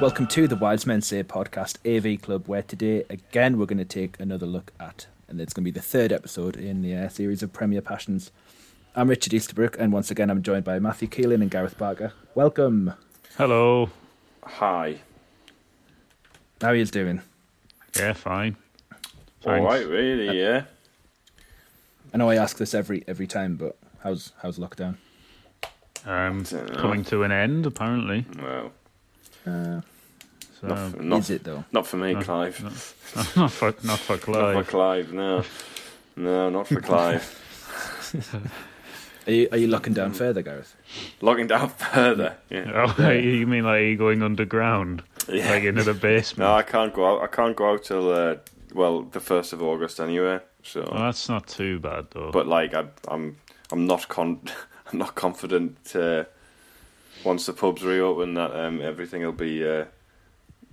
Welcome to the Wise Men Say podcast AV Club, where today again we're going to take another look at, and it's going to be the third episode in the uh, series of Premier Passions. I'm Richard Easterbrook, and once again I'm joined by Matthew Keelan and Gareth Barker. Welcome. Hello. Hi. How are you doing? Yeah, fine. All right, Uh, really, yeah. I know I ask this every every time, but how's how's lockdown? Um, Dunno. coming to an end apparently. Well, So not, for, not, Is it though? not for me, Clive. Not, not for not for for Clive. Clive, no. No, not for Clive. Are you are you locking down further, Gareth? Logging down further. Yeah. Oh, you mean like you going underground, Yeah. like into the basement? No, I can't go out. I can't go out till uh, well, the first of August anyway. So, Well, that's not too bad though. but like, I, I'm, I'm not con, I'm not confident. Uh, once the pubs reopen, that um, everything will be, uh,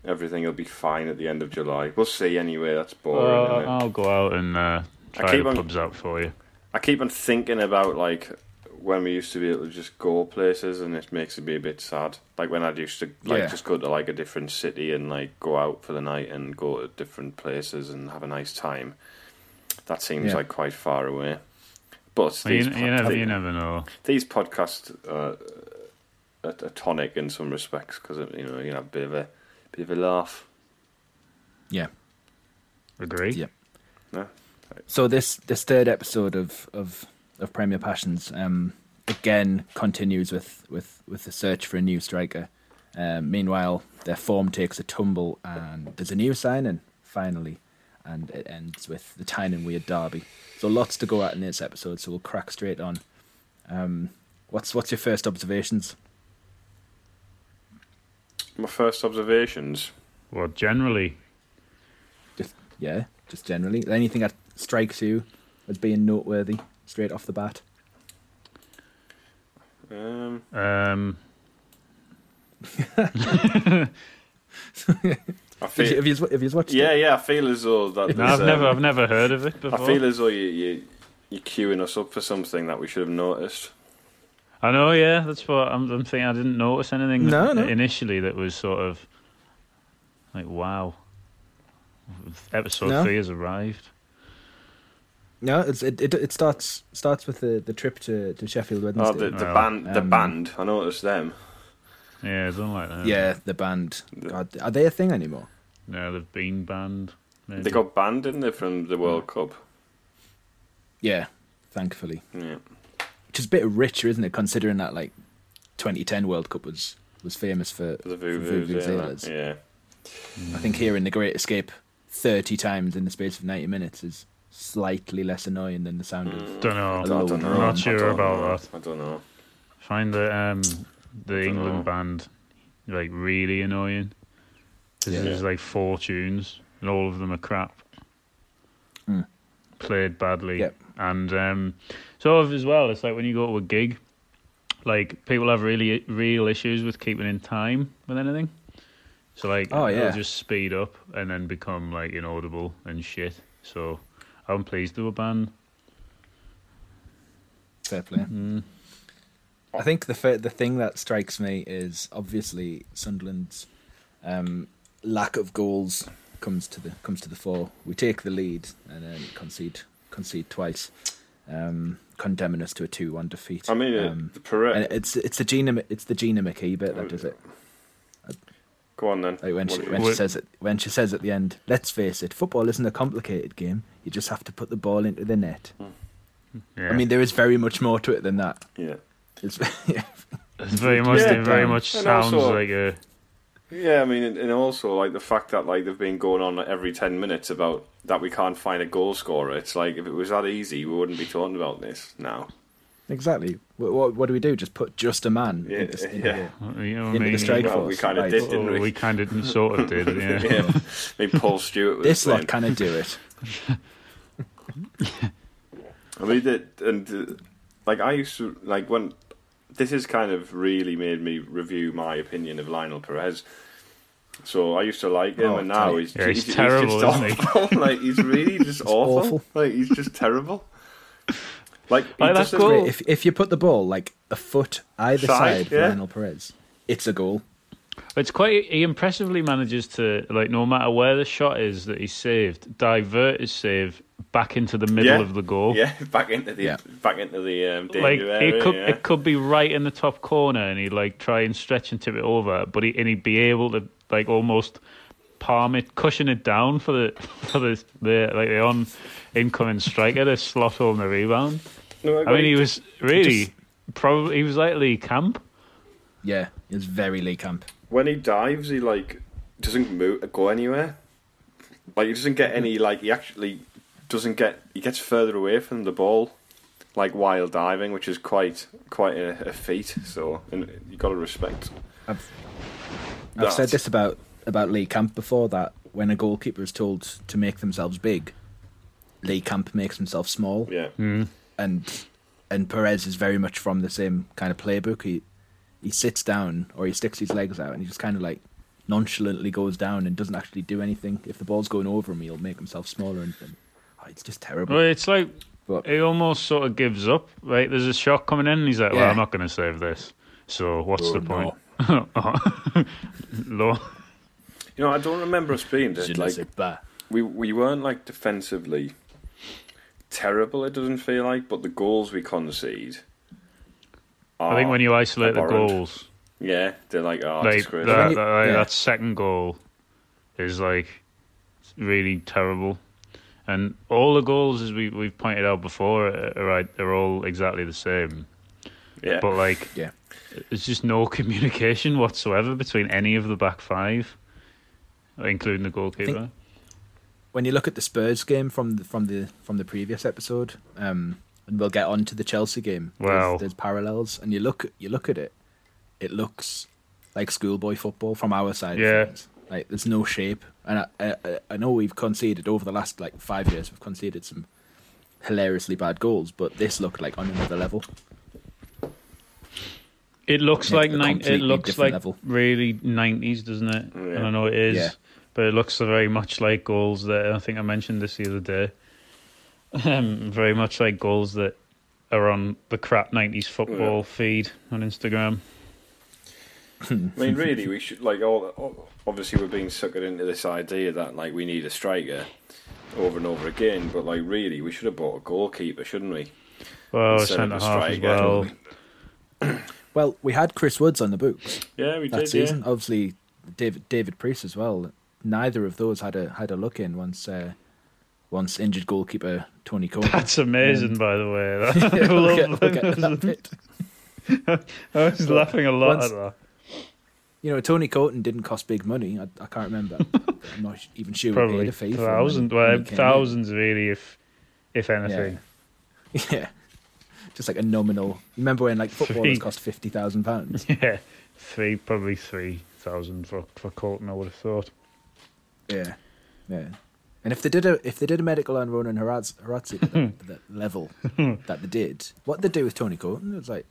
everything will be fine at the end of July. We'll see anyway. That's Uh, boring. isn't it? I'll go out and uh, try keep the on- pubs out for you. I keep on thinking about like when we used to be able to just go places, and it makes me a bit sad. Like when I used to like Yeah. just go to like a different city and like go out for the night and go to different places and have a nice time. That seems Yeah. like quite far away. But Well, you, these, you pod- never, you never know. these podcasts are a, a tonic in some respects because you know you have a bit of a bit of a laugh. Yeah, Agree. yeah. No? So this this third episode of of of Premier Passions um, again continues with with with the search for a new striker. Um, meanwhile, their form takes a tumble, and there's a new signing finally, and it ends with the tying and weird derby. So lots to go at in this episode. So we'll crack straight on. Um, what's what's your first observations? My first observations. Well, generally, Just yeah, just generally anything that strikes you as being noteworthy straight off the bat. Um, um, I Have you, feel, have you, have you watched? it? yeah, yeah. I feel as though that no, there's, I've never, um, I've never heard of it before. I feel as though you, you you're queuing us up for something that we should have noticed. I know, yeah. That's what I'm, I'm thinking. I didn't notice anything No, that- no. initially that was sort of like, wow, episode No. three has arrived. No, it's, it, it it starts starts with the, the trip to, to Sheffield Wednesday. Oh, the, the Well, band, the um, band. I noticed them. Yeah, something like that. yeah, the band. God, are they a thing anymore? No, they've been banned. Maybe. They got banned, didn't they, from the World Cup? Yeah, thankfully, Yeah. which is a bit richer, isn't it? Considering that like 2010 World Cup was was famous for, for The Vuvuzela. vuvuzelas. Yeah. I think hearing the Great Escape 30 times in the space of 90 minutes is slightly less annoying than the sound Mm. of. Don't I know. don't know. I'm not I sure don't about know. that. I don't know. Find the um the England know. band like really annoying. 'Cause Yeah. There's like four tunes and all of them are crap. Played badly. Hmm. Yep. And um sort of as well, it's like when you go to a gig like people have really real issues with keeping in time with anything. So like Oh, yeah. it'll just speed up and then become like inaudible and shit. So I'm pleased they were banned. Fair play. I think the fir- the thing that strikes me is obviously Sunderland's um, lack of goals comes to the comes to the fore. We take the lead and then concede concede twice, um, condemning us to a two one defeat. I mean, uh, um, the Pereira. and it's it's the Gina it's the Gina McKee bit that does it. Go on then. Like when she, What- when she What- says it, when she says at the end, "Let's face it, football isn't a complicated game. You just have to put the ball into the net." Yeah. I mean, there is very much more to it than that. yeah. It's, it's very much Yeah, it very um, much and sounds also- like a Yeah, I mean, and and also like the fact that like they've been going on every ten minutes about that we can't find a goal scorer. It's like if it was that easy, we wouldn't be talking about this now. Exactly. What, what, what do we do? Just put just a man Yeah, into, into yeah. Uh, you know the, what into I the mean? strike Well, force. we kinda Right. did, Oh, didn't we? we kind of sort of did, yeah. Yeah, I mean, Paul Stewart. Was This lot saying- kind of do it. I mean, that, and uh, like I used to like when this has kind of really made me review my opinion of Lionel Perez. So I used to like him, Oh, and now tell- he's, Yeah, he's he's terrible, just isn't he? awful. like he's really just awful. awful. Like he's just terrible. Like, he Like, that's doesn't- cool. If if you put the ball like a foot either Side, side, yeah. of Lionel Perez, it's a goal. It's quite. He impressively manages to like no matter where the shot is that he's saved, divert his save back into the middle Yeah. of the goal. Yeah, back into the Yeah. back into the um, danger Like area. it could yeah. it could be right in the top corner, and he'd like try and stretch and tip it over, but he and he'd be able to like almost palm it, cushion it down for the for the, the like the on incoming striker to slot home the rebound. No, I mean, he agree. was really Just- probably he was like Lee Camp. Yeah, it's very Lee Camp. when he dives, he like doesn't move, go anywhere. Like he doesn't get any. Like he actually doesn't get. He gets further away from the ball, like while diving, which is quite quite a, a feat. So and you got to respect. I've, that. I've said this about about Lee Camp before that when a goalkeeper is told to make themselves big, Lee Camp makes himself small. Yeah, and and Perez is very much from the same kind of playbook. He he sits down or he sticks his legs out and he just kind of like nonchalantly goes down and doesn't actually do anything. If the ball's going over him, he'll make himself smaller and, and oh, it's just terrible. Well, it's like But- he almost sort of gives up. Right, there's a shot coming in, and he's like, "Well, Yeah. I'm not going to save this. So what's Oh, the no. point?" Lo- you know I don't remember us being this, Je ne like sais pas. we we weren't like defensively terrible. It doesn't feel like, but the goals we concede. Are, I think when you Ah, isolate the abhorrent. goals, yeah, they're like oh, like that, disgraceful. When you- that, like, yeah. that second goal is like really terrible. And all the goals, as we we've pointed out before, are, are, are all exactly the same. yeah. But like, Yeah, there's just no communication whatsoever between any of the back five, including the goalkeeper. when you look at the Spurs game from the from the from the previous episode, um, and we'll get on to the Chelsea game. Wow. There's, there's parallels, and you look you look at it, it looks like schoolboy football from our side. of Yeah. things. Like there's no shape, and I, I I- I know we've conceded over the last like five years. We've conceded some hilariously bad goals, but this looked like on another level. It looks It's like a nine, it completely looks different like level. really nineties, doesn't it? Yeah. And I know it is, Yeah. but it looks very much like goals that I think I mentioned this the other day. Um, very much like goals that are on the crap nineties football feed on Instagram. I mean, really, we should like all- all. Obviously, we're being suckered into this idea that like we need a striker over and over again, but like really, we should have bought a goalkeeper, shouldn't we? Well, Instead of centre a half as striker. well. Well, we had Chris Woods on the books. Yeah, we that did. season. Yeah. Obviously, David David Priest as well. Neither of those had a had a look in once. Uh, once injured goalkeeper Tony Coleman. That's amazing, by the way. Yeah, I, we'll love get- we'll that. get to that bit. I was laughing a lot Once- at that. You know, Tony Coton didn't cost big money. I, I can't remember. I'm not even sure we paid Probably a fee for him thousands, when- when well, he came thousands really, if if in. anything. Yeah. yeah, just like a nominal. Remember when like footballers Three. cost fifty thousand pounds? Yeah, three, probably three thousand for for Colton. I would have thought. Yeah, yeah. And if they did a if they did a medical on Ronan Haraz- Harazzi to that, to that level that they did, what they do with Tony Coton? It's like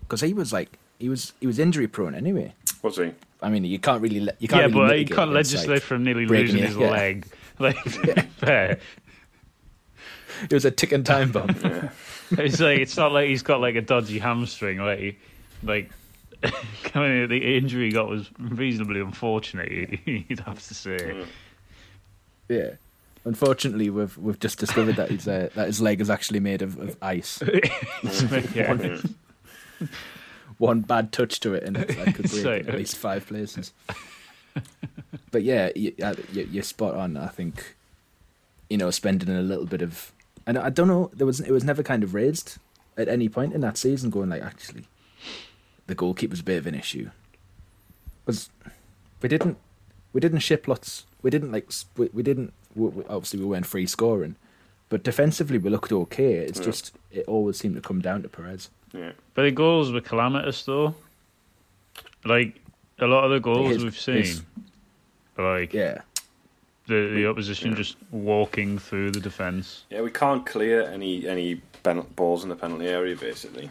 because he was like he was he was injury prone anyway. Was he? I mean, you can't really le- you can't Yeah, really but you mitigate can't it. It's, like, legislate from nearly breaking losing it, his yeah. leg. Like, to be fair. It was a ticking time bomb. It's like it's not like he's got like a dodgy hamstring. Like, he, like I mean, the injury he got was reasonably unfortunate. You'd have to say. yeah. Unfortunately, we've we've just discovered that his uh, that his leg is actually made of, of ice. Mm. yeah. One bad touch to it, and it's like could break So- in at least five places. but yeah, you, uh, you, you're spot on. I think you know spending a little bit of, and I don't know. There was it was never kind of raised at any point in that season. Going like actually, the goalkeeper's a bit of an issue because we didn't we didn't ship lots. We didn't like s- we, we didn't we, we- obviously we weren't free scoring, but defensively we looked okay. It's just it always seemed to come down to Perez. Yeah. But the goals were calamitous, though. Like a lot of the goals His- we've seen, his- like Yeah. the, the opposition just walking through the defense. Yeah, we can't clear any any pen- balls in the penalty area. Basically,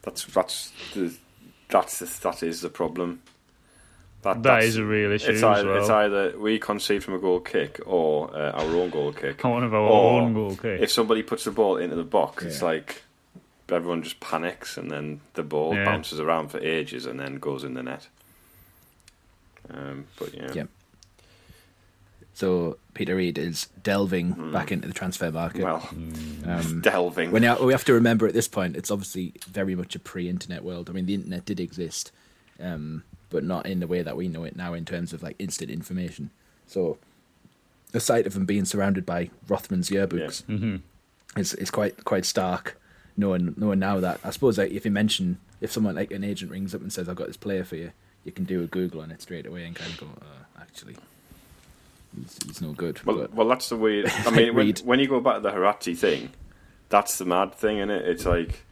that's that's the that's the, that is the problem. That That, that's- is a real issue It's as either, well. it's either we concede from a goal kick or uh, our own goal kick. One of our Or own goal kicks. If somebody puts the ball into the box, it's Yeah. like everyone just panics and then the ball Yeah. bounces around for ages and then goes in the net. Um, but yeah, Yeah. So Peter Reid is delving back into the transfer market. Hmm. well, um, delving. we, now, we have to remember at this point, it's obviously very much a pre-internet world. I mean, the internet did exist, um, but not in the way that we know it now in terms of like instant information. So the sight of him being surrounded by Rothman's yearbooks is is quite quite stark. Knowing knowing now that I suppose like if you mention if someone like an agent rings up and says I've got this player for you, you can do a Google on it straight away and kind of go uh, actually. He's, he's no good. Well, but- well, that's the weird. I mean, when, Reed. when you go back to the Harati thing, that's the mad thing, isn't it? It's like,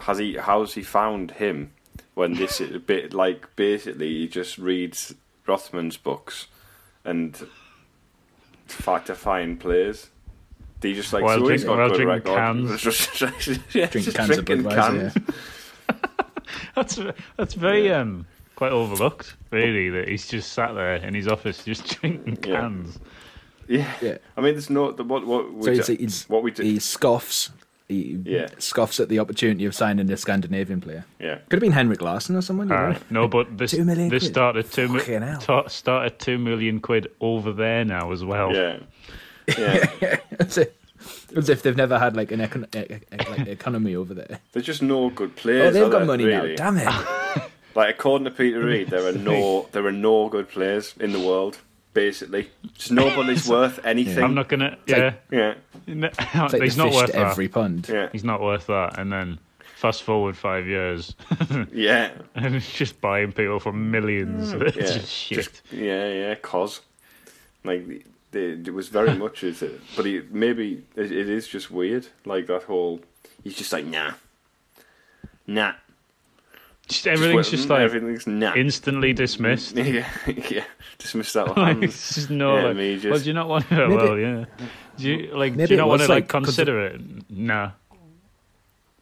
has he? How's he found him? When this is a bit like basically he just reads Rothman's books and fact to find players. Do you just like While so drink- he's got while good drinking record. cans. Just- just- yeah, drink just cans of drinking Budweiser. cans. yeah. That's that's very Yeah. um quite overlooked, really. That he's just sat there in his office, just drinking Yeah. cans. Yeah. Yeah. I mean, there's no the, what what we So do, he's, he's, what we do. he scoffs. He Yeah. scoffs at the opportunity of signing a Scandinavian player. yeah. Could have been Henrik Larsson or someone. You Uh, know? no, but this Two million this quid. started two mi- Fucking hell. ta- started two million quid over there now as well. Yeah. Yeah. as, if, as if they've never had like an econ- e- e- e- like economy over there. There's just no good Oh, players. they've are got there, money really? now. Damn it! Like according to Peter Reid, there are no there are no good players in the world. Basically, just nobody's worth anything. I'm not gonna. yeah, Yeah, No, Take he's the not fish worth to that. every pond. yeah, He's not worth that. And then fast forward five years, yeah, and it's just buying people for millions. Mm. It's yeah. just shit. Just- yeah, yeah. Cause like the- the- it was very much is it, but he, maybe it, it is just weird. Like that whole he's just like nah, nah. Just everything's went- just like everything's nah. instantly dismissed. yeah, yeah. Dismiss that like one. it's just no Um, Yeah, like, me just- well do you not want to well yeah do you like do Maybe you it not want to was, like like, 'cause consider it nah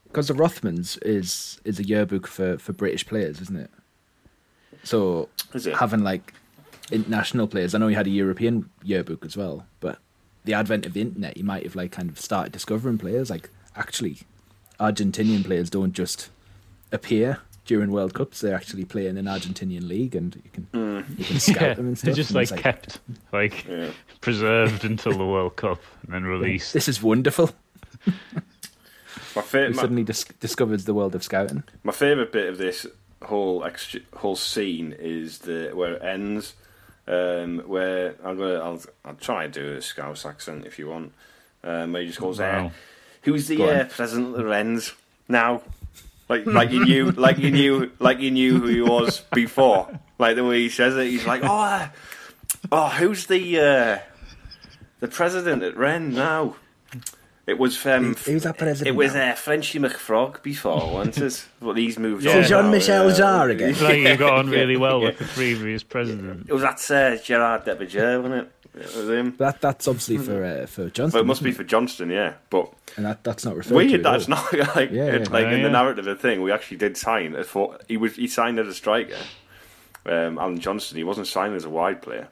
because the Rothmans is is a yearbook for for British players, isn't it? So Is it? having like international players, I know he had a European yearbook as well, but the advent of the internet, you might have like kind of started discovering players. Like actually, Argentinian players don't just appear during World Cups; they actually play in an Argentinian league, and you can Hmm. you can scout yeah them and stuff. they're just and like it's kept like Yeah. preserved until the world cup and then released this is wonderful. My Who favorite. suddenly dis- discovers the world of scouting. My favourite bit of this whole ex- whole scene is the where it ends, um, where I'm gonna I'll, I'll try and do a Scouse accent if you want. Um, where he just goes, Wow. "Eh, "Who's the Go on. uh, president of Rennes now?" Like like you knew like you knew like you knew who he was before. Like the way he says it, he's like, "Oh, uh, oh, who's the uh, the president at Rennes now?" It was um, Who's- who's our president It was now? uh, Frenchy McFrog before, wasn't it? But he's moved Yeah. on. So Jean-Michel now, yeah. Jarre again. it's like you got on really well yeah. with the previous president It was that uh, Gerard Depardieu, wasn't it? Yeah, it was him. That that's obviously for uh, for Johnston. Hmm. But it must be isn't for Johnston, yeah. But it? and that, that's not referred to. weird at that it's all. not like Yeah, it's yeah. like Yeah, in the yeah. narrative of the thing we actually did sign as for he was he signed as a striker. Um, Alan Johnston, he wasn't signed as a wide player.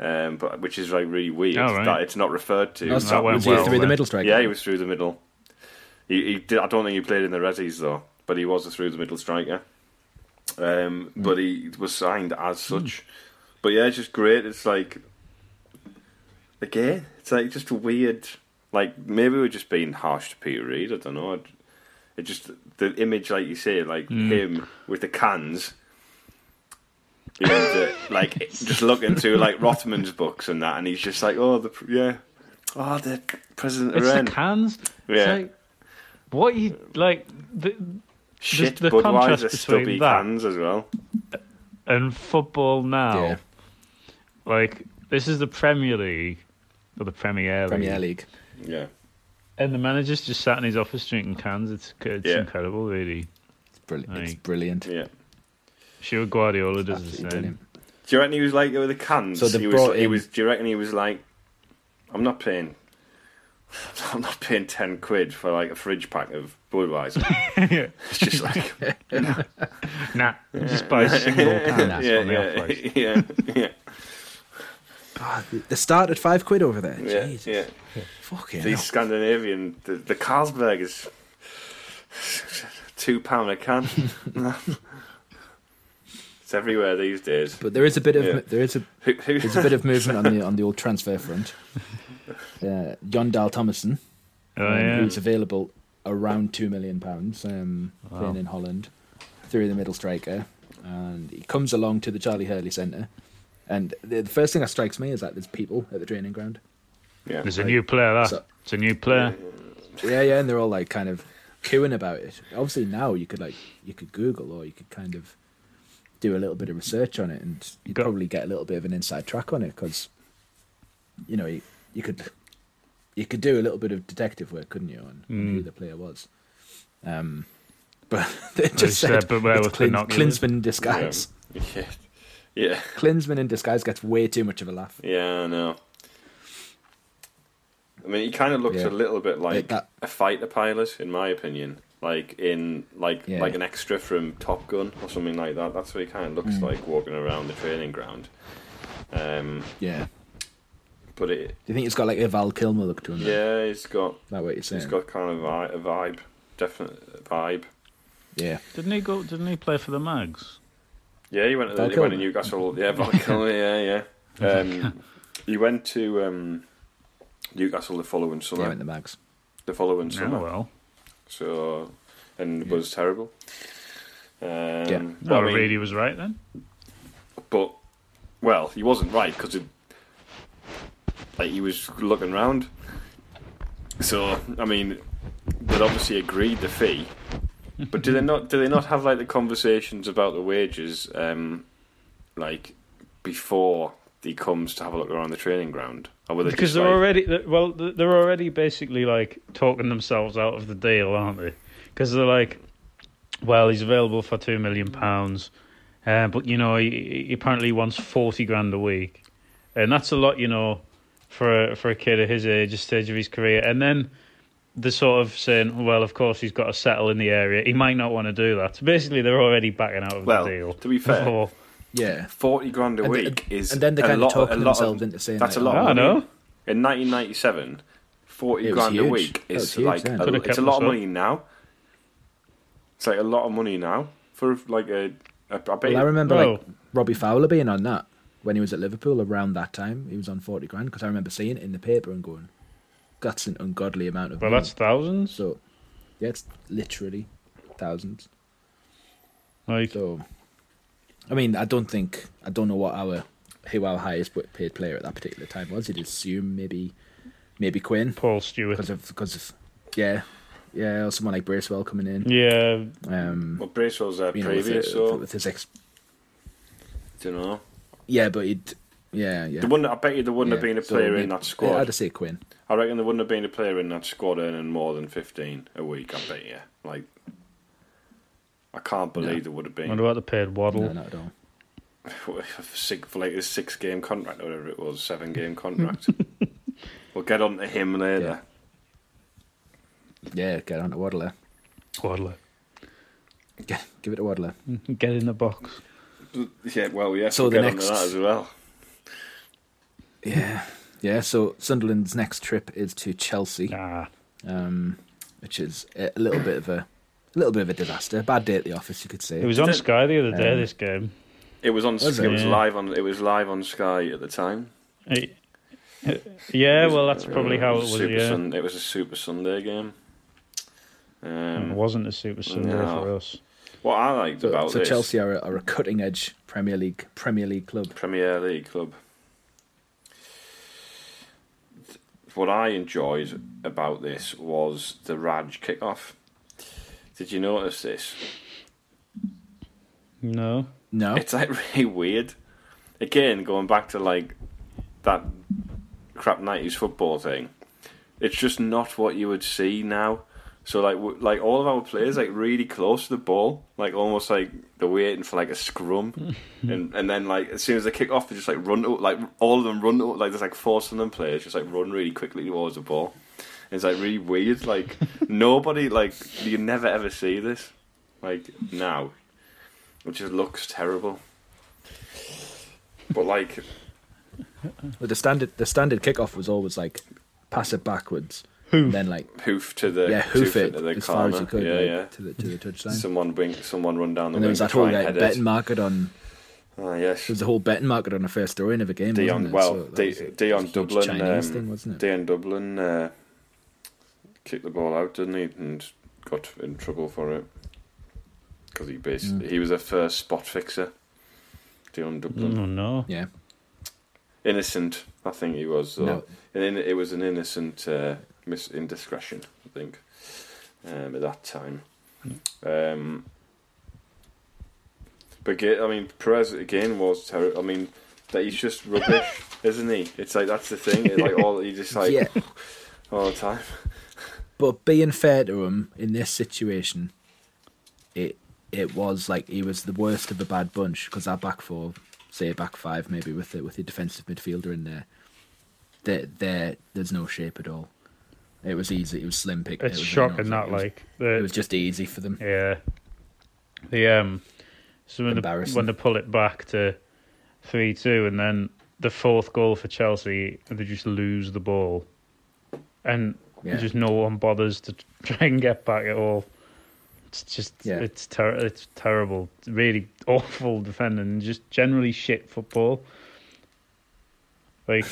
Um, but which is like really weird Oh, right. that it's not referred to. No, it's That not. went Was he well, through the then. middle striker? Yeah, he was through the middle. He, he did, I don't think he played in the Reddies though, but he was a through the middle striker. Um, But he was signed as such. But yeah, it's just great. It's like again, it's like just a weird. Like maybe we're just being harsh to Peter Reid. I don't know. It, it just the image, like you say, like him with the cans. And, uh, like just looking through like Rothman's books and that, and he's just like, oh, the pr- yeah, oh, the president of It's Ren. the cans. Yeah. It's like, what you like the, Shit, the contrast Budweiser between stubby that- cans as well. and football now? Yeah. Like this is the Premier League or the Premier League, Premier League. Yeah, and the manager's just sat in his office drinking cans. It's it's Yeah. incredible, really. It's brilliant. It's Aye. brilliant. yeah. Sure, Guardiola does the Absolutely same. brilliant. Do you reckon he was like with the cans? So they've he brought was, he in- was. Do you reckon he was like, I'm not paying, I'm not paying ten quid for like a fridge pack of Budweiser. It's just like, Nah, just buy single yeah, cans on the off yeah, license. yeah, yeah, Ah, they start at five quid over there. yeah, Jesus. yeah. Fucking These hell. Scandinavian, the, the Carlsberg is two pound a can. it's everywhere these days. But there is a bit of Yeah. there is a Who, who, there's a bit of movement on the on the old transfer front. Uh, Jon Dahl Thomason, Oh, um, yeah. who's available around two million pounds, um, playing in Holland, through the middle striker, and he comes along to the Charlie Hurley Centre. And the, the first thing that strikes me is that there's people at the training ground. yeah. There's a new player that. So- it's a new player. Yeah, yeah, and they're all like kind of cooing about it. Obviously, now you could like you could Google or you could kind of do a little bit of research on it, and you'd Go- probably get a little bit of an inside track on it because you know you, you could you could do a little bit of detective work, couldn't you, on, on Mm. who the player was? Um, but they just said, said, "But where it's with Klin- binoculars?" Klinsmann in disguise. yeah, yeah. Klinsmann in disguise gets way too much of a laugh. Yeah, I know. I mean, he kind of looks Yeah. a little bit like that- a fighter pilot, in my opinion. Like in like Yeah. like an extra from Top Gun or something like that. That's what he kind of Mm. looks like walking around the training ground. Um, Yeah. but it, Do you think it's got like a Val Kilmer look to him? Yeah. yeah, he's got Is that what you're he's saying? got kind of vi- a vibe, definite vibe. yeah. Didn't he go? Didn't he play for the Mags? Yeah, he went to, Val he went to Kilmer. Newcastle. Yeah, Val Kilmer, yeah, yeah. Um, he went to um, Newcastle the following Yeah, summer. in the mags. the following Oh summer. well, so and it was terrible. Um, Yeah. no, but, I mean, Reedy was right then. but well, he wasn't right because like he was looking round. So I mean, they obviously agreed the fee, but do they not? Do they not have like the conversations about the wages, um, like before he comes to have a look around the training ground? Or were they Because just they're like- already th- well, th- they're already basically like talking themselves out of the deal, aren't they? Because they're like, well, he's available for two million pounds, uh, but you know, he, he apparently wants forty grand a week, and that's a lot, you know, for a, for a kid at his age, a stage of his career. And then they're sort of saying, well, of course he's got to settle in the area. He might not want to do that. So basically, they're already backing out of Well, the deal. to be fair, before- Yeah. forty grand a And th- week and- is and then they a kinda lot, talk a lot themselves of, into saying, that's a like, lot. oh, of I money. know. In 1997, forty It was grand a huge. week That was is huge like then. a, Could've it's kept a lot us of up. money now. It's like a lot of money now for like a. a I bet Well, I remember like Oh. Robbie Fowler being on that when he was at Liverpool around that time. He was on forty grand because I remember seeing it in the paper and going, "That's an ungodly amount of Well, money." that's thousands. So, yeah, it's literally thousands. Like, So, I mean, I don't think I don't know what our who our highest paid player at that particular time was. You'd assume maybe maybe Quinn Paul Stewart. because of because of yeah yeah or someone like Bracewell coming in. Yeah, Um, well, Bracewell's uh, you know, with, previous, the- so with his ex. you know. Yeah, but he'd yeah yeah. There wouldn't, I bet you there wouldn't have Yeah, been a so player maybe- in that I'd squad. say Quinn. I reckon there wouldn't have been a player in that squad earning more than fifteen a week. I bet you. Like, I can't believe there would have been. Wonder what they paid Waddle. No, not at all. six, for like his six game contract or whatever it was, seven game contract. we'll get on to him later. Yeah, get on to Waddler. Waddler. Get, give it to Waddler. Get in the box. Yeah, well, yes, So we'll the get next- on to that as well. Yeah, yeah. So Sunderland's next trip is to Chelsea, Nah. um, which is a a little bit of a, a little bit of a disaster. Bad day at the office, you could say. It was on Did it- Sky the other day. Um, this game. It was on. Was it it? was Yeah. live on. It was live on Sky at the time. Uh, It- yeah, It was- well, that's probably how it a was. Super Yeah, Sun- it was a Super Sunday game. it Um, wasn't a Super Sunday No. for us. what I liked So- about so this Chelsea are a, are a cutting edge Premier League Premier League club. Premier League club, what I enjoyed about this was the Raj kickoff. Did you notice this? No, No, It's like really weird. Again, going back to like that crap nineties football thing. It's just not what you would see now. So like w- like all of our players like really close to the ball, like almost like they're waiting for like a scrum, and and then like as soon as they kick off, they just like run to- like all of them run to- like there's like four Sunderland players just like run really quickly towards the ball. And it's like really weird. Like nobody like you never ever see this like now it just looks terrible. But like, but the standard the standard kickoff was always like pass it backwards, and then like hoof to the yeah, hoof it into the as far corner. as you could, yeah, like, yeah. to the to the touchline. Someone wing, someone run down the and there wing was to that whole try and like, head betting it. market on Oh, yes, there was a whole betting market on the first throwing of a game. wasn't Dion. there? Well, So that Di- was a- Dion huge Dublin. Chinese um, thing, wasn't it? Dion Dublin uh, kicked the ball out, didn't he, and got in trouble for it because he basically he was a first spot fixer. Dion Dublin, Oh, no, no. yeah, innocent. I think he was. Though. No. And in, it was an innocent uh, mis- indiscretion, I think, um, at that time. Um, but ga- I mean, Perez again was terrible. I mean, that he's just rubbish, isn't he? It's like that's the thing. It's like all he just like yeah. all the time. But being fair to him in this situation, it it was like he was the worst of the bad bunch because our back four, say back five, maybe with the, with the defensive midfielder in there, there there there's no shape at all. It was easy. It was slim pick. It's it was shocking no- that like it was, the it was just easy for them. yeah, the um, so when they, Mm. Embarrassing. when they pull it back to three two, and then the fourth goal for Chelsea, and they just lose the ball, and Yeah. just no one bothers to try and get back at all. It's just Yeah. it's ter- it's terrible, It's really awful defending, and just generally shit football. Like,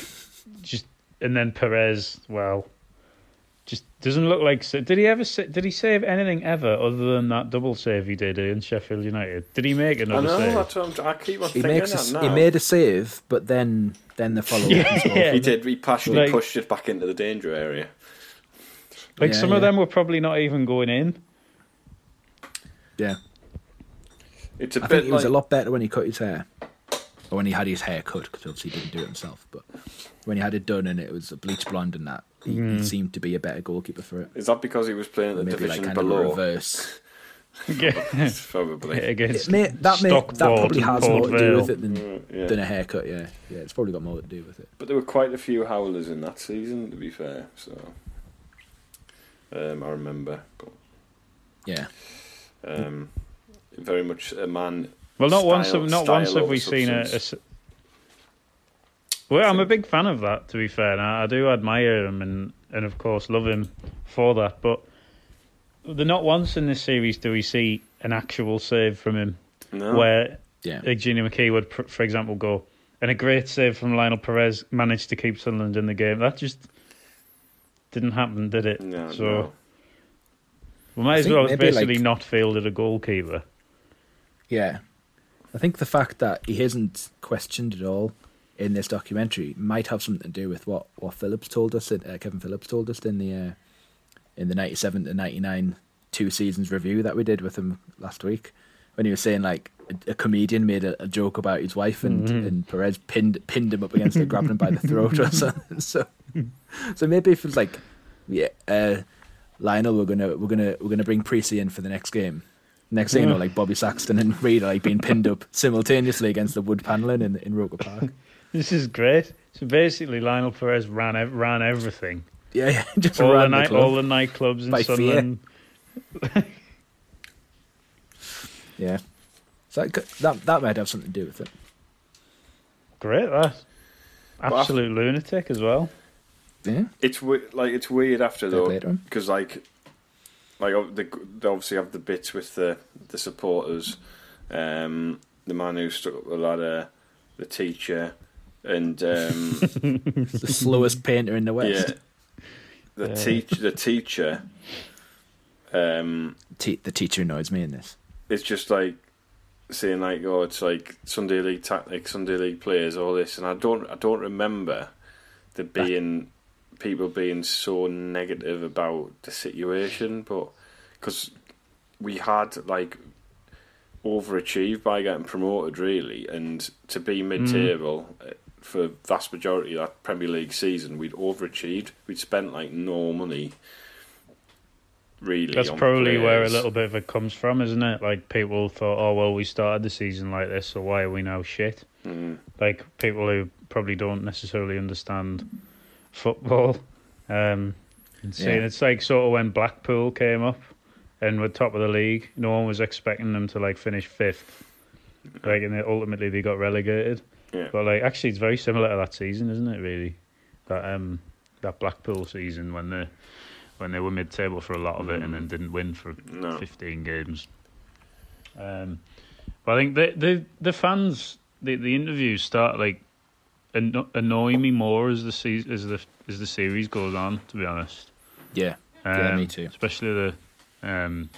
just and then Perez, well, just doesn't look like. sa- Did he ever? sa- Did he save anything ever other than that double save he did in Sheffield United? Did he make I another know. save? That's what I'm, I keep on He thinking makes a that s now. he made a save, but then then the follow up. Yeah. He did. He passionately Like- pushed it back into the danger area. Like Yeah, some of yeah. them were probably not even going in. yeah. It's a I bit think he like was a lot better when he cut his hair, or when he had his hair cut because obviously he didn't do it himself. But when he had it done and it was a bleach blonde and that, he, Mm. he seemed to be a better goalkeeper for it. Is that because he was playing at the Maybe like division kind of a below? reverse. Yeah, Probably. against It may, that may, that Stockport probably and has more to do Port with it than, Mm, yeah. than a haircut. Yeah, yeah, it's probably got more to do with it. But there were quite a few howlers in that season, to be fair. So um, I remember, but, Yeah, um, very much a man. Well, not once, Style- have, not style once have over we seen a- a. substance. s- Well, I'm a big fan of that. To be fair, and I, I do admire him and and of course love him for that. But the not once in this series do we see an actual save from him No, where yeah, like Genie McKee would, pr- for example, go and a great save from Lionel Perez managed to keep Sunderland in the game. That just didn't happen, did it? no, so no. we might I as think well have maybe, basically like- not fielded a goalkeeper. yeah. I think the fact that he isn't questioned at all in this documentary might have something to do with what, what Phillips told us, uh, Kevin Phillips told us in the uh, in the 97 to 99 two seasons review that we did with him last week when he was saying like a, a comedian made a, a joke about his wife and, and Perez pinned pinned him up against her grabbed him by the throat or something so so maybe if it's like yeah uh, Lionel we're gonna we're gonna we're gonna bring Precy in for the next game Next thing you know, like Bobby Saxton and Reed are like being pinned up simultaneously against the wood paneling in in Roker Park. This is great. So basically, Lionel Perez ran ev- ran everything. Yeah, yeah just all the around the night, club. all the nightclubs in By fear. Sunderland. Yeah, so that, could- that that might have something to do with it. Great, that Well, I- absolute lunatic as well. Yeah, It's we- like it's weird after Bit though later on. because like like ob- they, they obviously have the bits with the the supporters, um, the man who stuck up the ladder, the teacher, and um, the slowest painter in the west. yeah, the Yeah. teach the teacher. Um, Te- the teacher annoys me in this. it's just like saying like oh it's like Sunday league tactics, Sunday league players, all this, and I don't I don't remember there being people being so negative about the situation, but because we had like overachieved by getting promoted really, and to Mm. be mid table. For vast majority of that Premier League season, we'd overachieved. We'd spent like no money. Really, That's on probably where a players. little bit of it comes from, isn't it? Like people thought, oh well, we started the season like this, so why are we now shit? Mm-hmm. Mm. Like people who probably don't necessarily understand football. Um, and seeing Yeah. it's like sort of when Blackpool came up and were top of the league, no one was expecting them to like finish fifth. Like, and they, ultimately they got relegated. Yeah. But like, actually, it's very similar to that season, isn't it? Really, that um, that Blackpool season when the when they were mid table for a lot of it and then didn't win for Mm. No. fifteen games. Um, but I think the the the fans the the interviews start like anno- annoy me more as the season as the as the series goes on. To be honest, Um, Yeah, yeah, me too. Especially the um,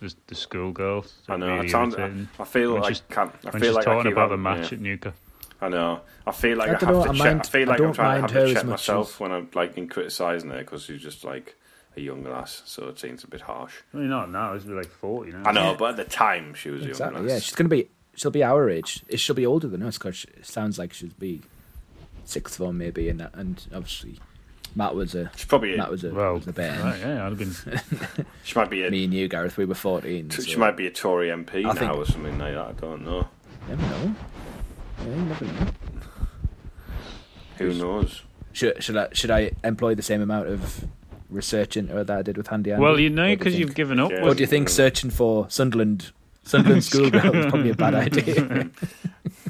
the, the schoolgirls. I know. Really I, sound, irritating. I, I feel When like she's- I can't. I when feel she's like I talking keep about the having- match yeah. at Newcastle. I know. I feel like I I, dunno, have to I check. mind- I feel I like I am don't trying to mind have her to as check much myself when I'm like in criticising her because she's just like a young lass, so it seems a bit harsh. Well, you're not now. It's like forty now. I know, but at the time she was a Exactly. young Yeah, lass. she's gonna be. She'll be our age. She'll be older than us because it sounds like she'll be sixth form maybe, and that, and obviously Matt was a She's probably Matt was a Well, was a eh? better. right, yeah, I'd have been. she might be a Me and you, Gareth, we were fourteen. t- so- she might be a Tory MP I now think- or something like that. I don't know. Never know. Yeah, you never know. Who knows? Should, should I should I employ the same amount of research into it that I did with Handy Andy? Well, you know, Or do because think- you've given up. Yeah. Or with- do you think searching for Sunderland Sunderland schoolgirl is probably a bad idea?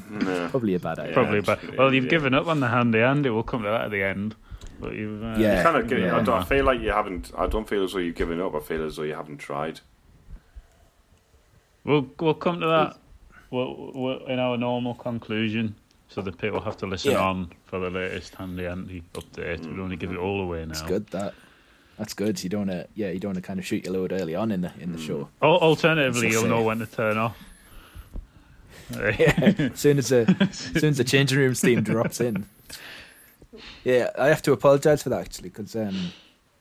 No. probably a bad idea. Probably, Yeah, but well, you've yeah. given up on the handy handy. We'll come to that at the end. But you've uh, Yeah. Kind of. I, Yeah. don't, I feel like you haven't. I don't feel as though you've given up. I feel as though you haven't tried. We'll we'll come to that. We'll, we'll, in our normal conclusion, so that people have to listen Yeah. on for the latest handy handy update. We don't want to give it all away now. That's good. That that's good. You don't want to yeah you don't want to kind of shoot your load early on in the in the show. Al- alternatively, That's you'll a know save. when to turn off. as soon as the as soon as the changing room steam drops in. Yeah, I have to apologise for that actually because um,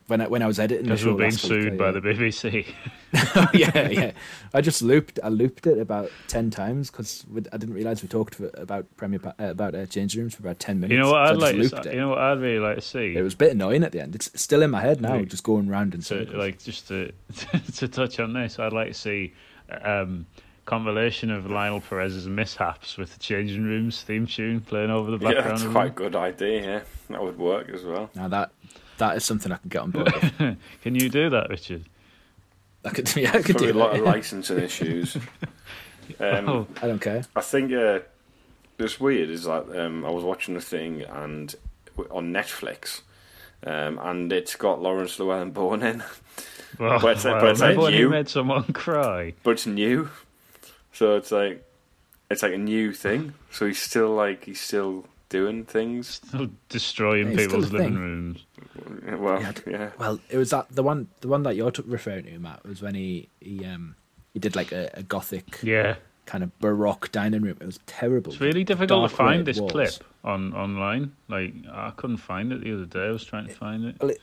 when I, when I was editing the Because show we're being last week, sued I, by uh, the BBC. yeah, yeah. I just looped. I looped it about ten times because I didn't realize we talked for, about Premier pa- uh, about uh, change rooms for about ten minutes. You know what so I I'd just like. To, looped see- it. you know what I'd really like to see. it was a bit annoying at the end. It's still in my head now, Right. just going round and to circles. like just to to touch on this, I'd like to see um compilation of Lionel Perez's mishaps with the changing rooms theme tune playing over the Yeah, background. that's of quite a them. good idea. Yeah, that would work as well. now that that is something I can get on board. with. Can you do that, Richard? I could, yeah, I could Probably do a lot that. of licensing issues. Um, Oh. I don't care. I think uh, it's weird is that um, I was watching the thing and on Netflix, um, and it's got Lawrence Llewellyn Bourne in, Oh, Well, But it's- but it's like remember when you- he made someone cry. but it's new, so it's like it's like a new thing. So he's still like he's still doing things. Still destroying Yeah, it's still people's a living thing. rooms. Well, yeah, Well, it was that the one the one that you're t- referring to, Matt, was when he he um he did like a, a gothic Yeah, kind of baroque dining room. It was terrible. it's really difficult Dark to find red this walls. clip on online. Like I couldn't find it the other day. I was trying to find it.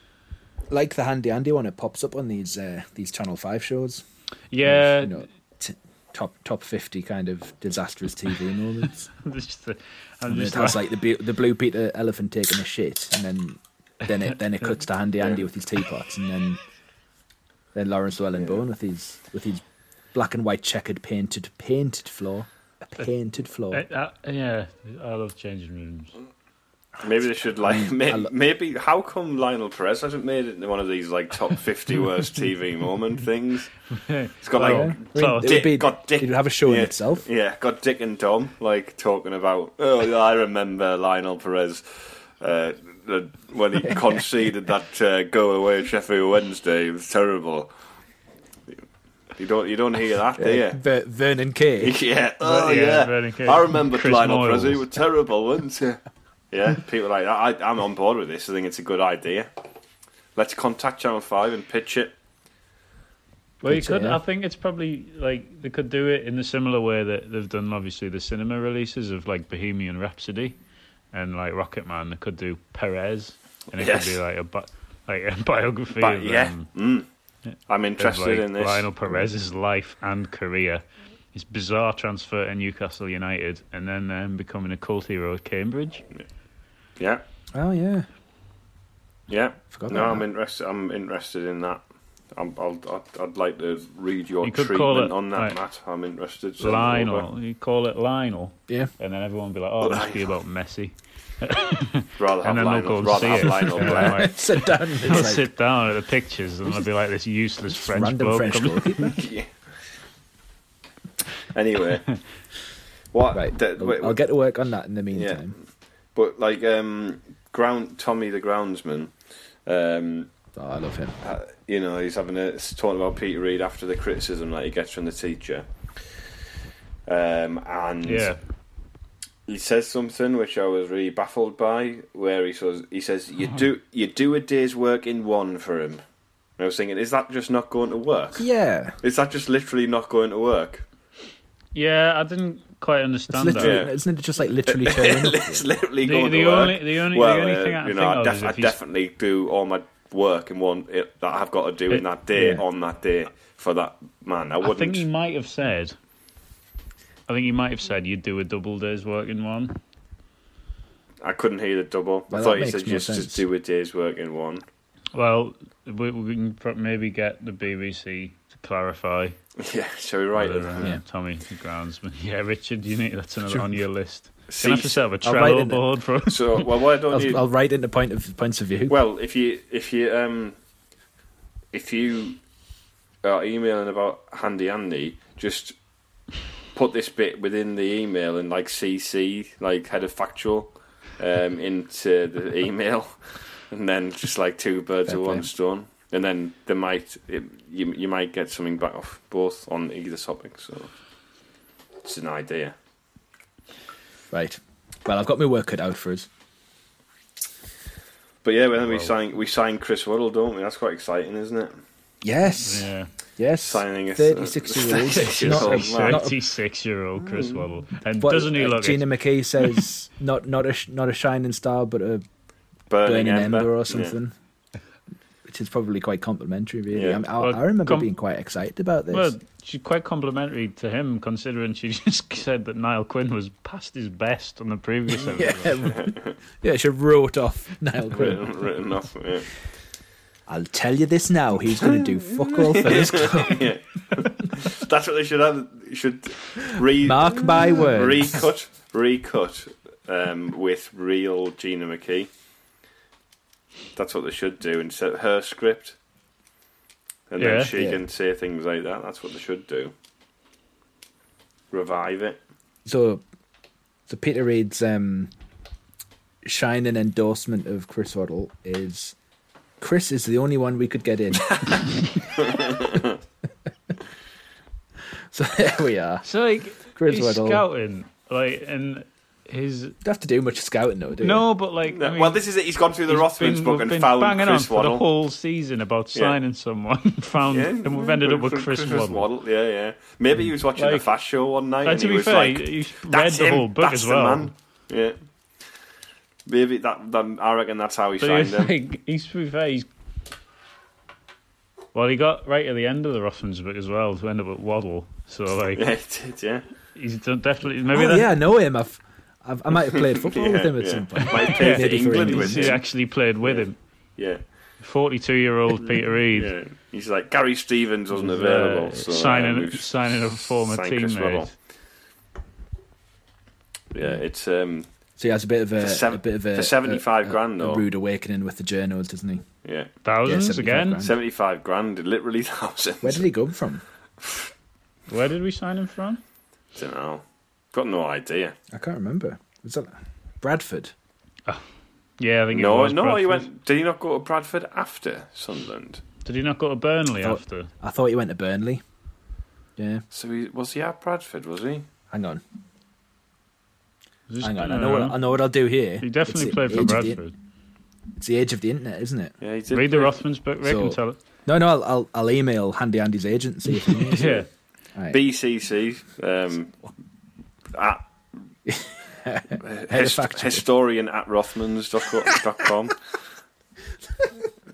Like the handy andy one, it pops up on these uh, these Channel Five shows. Yeah, you know, t- top top fifty kind of disastrous TV moments. it's just a- I'm And it just has like the bu- the blue Peter elephant taking a shit, and then then it then it cuts to Handy Andy with his teapots, and then then Lawrence Llewellyn Bourne with his with his black and white checkered painted painted floor, a painted floor. Uh, uh, yeah, I love changing rooms. Maybe they should like. I May, lo- maybe how come Lionel Perez hasn't made it into one of these like top fifty worst TV moment things? It's got Well, like I mean, So it Dick- would be, got Dick. it would have a show yeah, in itself. Yeah, got Dick and Dom like talking about. Oh, yeah, I remember Lionel Perez uh, the- when he conceded that uh, go away Sheffield Wednesday. It was terrible. You don't you don't hear that, do you? Ver- Vernon Kay. Yeah. Oh, yeah, yeah. very good. I remember Chris Lionel Moyles. Perez. He was terrible, wasn't he? Yeah, people like that. I, I'm on board with this. I think it's a good idea. Let's contact Channel 5 and pitch it. Well, you Picture, could. yeah. I think it's probably like they could do it in the similar way that they've done, obviously, the cinema releases of like Bohemian Rhapsody and like Rocket Man. They could do Perez, and it Yes. could be like a bi- like a biography But of, yeah, um, mm. I'm of, interested like, in this. Lionel Perez's life and career. His bizarre transfer to Newcastle United, and then um, becoming a cult hero at Cambridge. Yeah, Oh yeah, yeah. Forgot no, about I'm that. interested. I'm interested in that. I'm, I'll, I'd, I'd like to read your You could call treatment it, on that, right, Matt. I'm interested. Send it over. Lionel, you call it Lionel, yeah. and then everyone would be like, "Oh, it must be about Messi," Rather have and then they'll go and Lionel. Rather see have it. Lionel And Blair. I'm like, Sit down. and I'll It's like sit down at the pictures and I'll be like this useless French random bloke. French coming- goalkeeper. Yeah. Anyway, what? Right, the- I'll, wait, I'll get to work on that in the meantime. But like um, ground Tommy the groundsman, um, Oh, I love him. uh, you know, he's having a he's talking about Peter Reid after the criticism that he gets from the teacher, um, and Yeah, he says something which I was really baffled by, where he says he says Hmm. you do you do a day's work in one for him. And I was thinking, is that just not going to work? Yeah, Is that just literally not going to work? yeah. I didn't quite it's understand that. literally, Yeah. isn't it just like literally turning up? it's literally The- going the to work. only- the only- the well, only uh, thing I you can know, I, think of def- is I if he's- definitely do all my work in one it, that I've got to do in It- that day yeah. on that day for that man. I I think wouldn't. he might have said. I think he might have said you'd do a double day's work in one. I couldn't hear the double. Well, I that thought he makes said more just sense. to do a day's work in one. Well, we, we can pro- maybe get the BBC to clarify. yeah, shall we write it? whether, uh, Yeah. Tommy the groundsman. Yeah, Richard, you need that's another on your list. See, Can I have to set up a I'll write in Trello it. board for us? so well, why don't I'll, you? I'll write into point of points of view. Well, if you if you um if you are emailing about Handy Andy, just put this bit within the email and like CC like head of factual um into the email, and then just like two birds Fair with play. one stone. And then they might it, you you might get something back off both on either topic. So it's an idea. Right. Well, I've got my work cut out for us. But yeah, well, then we sign we sign Chris Waddle, don't we? That's quite exciting, isn't it? Yes. Yeah, Yes. Signing a- 36 year old. Not 36-year-old a- not a- thirty-six-year-old Chris Waddle, and what, doesn't he uh, look it? Gina McKee says not not a sh- not a shining star, but a burning, ember. Yeah. or something. Which is probably quite complimentary, really. Yeah. I, mean, I, Well, I remember com- being quite excited about this. Well, she's quite complimentary to him, considering she just said that Niall Quinn was past his best on the previous episode. yeah, yeah, she wrote off Niall Quinn. written, written off. Yeah. I'll tell you this now, he's going to do fuck all for his club. Yeah. That's what they should have. Should re Mark my words. recut recut um, with real Gina McKee. That's what they should do instead of her script, and Yeah. then she Yeah. can say things like that. That's what they should do. Revive it. So, so Peter Reid's um, shining endorsement of Chris Waddle is Chris is the only one we could get in. so there we are. so like, Chris he's Waddle. scouting, like, and his Don't have to do much scouting though, do you? no, but like, I mean, well, this is it. He's gone through the he's Rothmans been- book we've and been found banging on Chris for Waddle. the whole season about Yeah. signing someone, found, yeah, and we've ended up with Chris, Waddle. Yeah, yeah. Maybe he was watching a Like- fast show one night. Like, and to he be was fair, like, you read That's the him. whole book that's as well. The man. Yeah. Maybe that, that I reckon that's how he But he signed was him. like, he's to be fair, he's well, he got right at the end of the Rothmans book as well to end up at Waddle. So like, Yeah, he did, yeah. he's done definitely maybe Oh, that, yeah, I know him. I've, I've, I might have played football Yeah, with him at yeah. some point. Might play for Maybe for England England. with he him. actually played with him. Yeah. Forty-two-year-old Peter Reid Yeah. He's like Gary Stevens wasn't available, uh, so uh, signing we've signing a former signed Chris teammate. Webber. Yeah, it's um, So he has a bit of Uh, a, For sev- a bit of a for 75 a- a- grand, a though. rude awakening with the journos, doesn't he? yeah, Thousands Yeah, 75 again. grand. seventy-five grand, literally thousands. Where did he come from? Where did we sign him from? don't know. Got no idea. I can't remember. Was that Bradford? Yeah, I think it no, was no, he Bradford. went. Did he not go to Bradford after Sunderland? Did he not go to Burnley Thought- after? I thought he went to Burnley. Yeah, So he was he at Bradford? Was he? hang on, Was this- hang on. I don't know what I know what I'll do here. He definitely It's the played for age of the- Bradford. it's the age of the internet, isn't it? Yeah, he did. Read the Rothmans book, Rick, So- and tell it. No, no. I'll I'll, I'll email Handy Andy's agent and see if he knows. Yeah. Right. BCC. Um, at Head of hist- factory. historian at rothmans.com.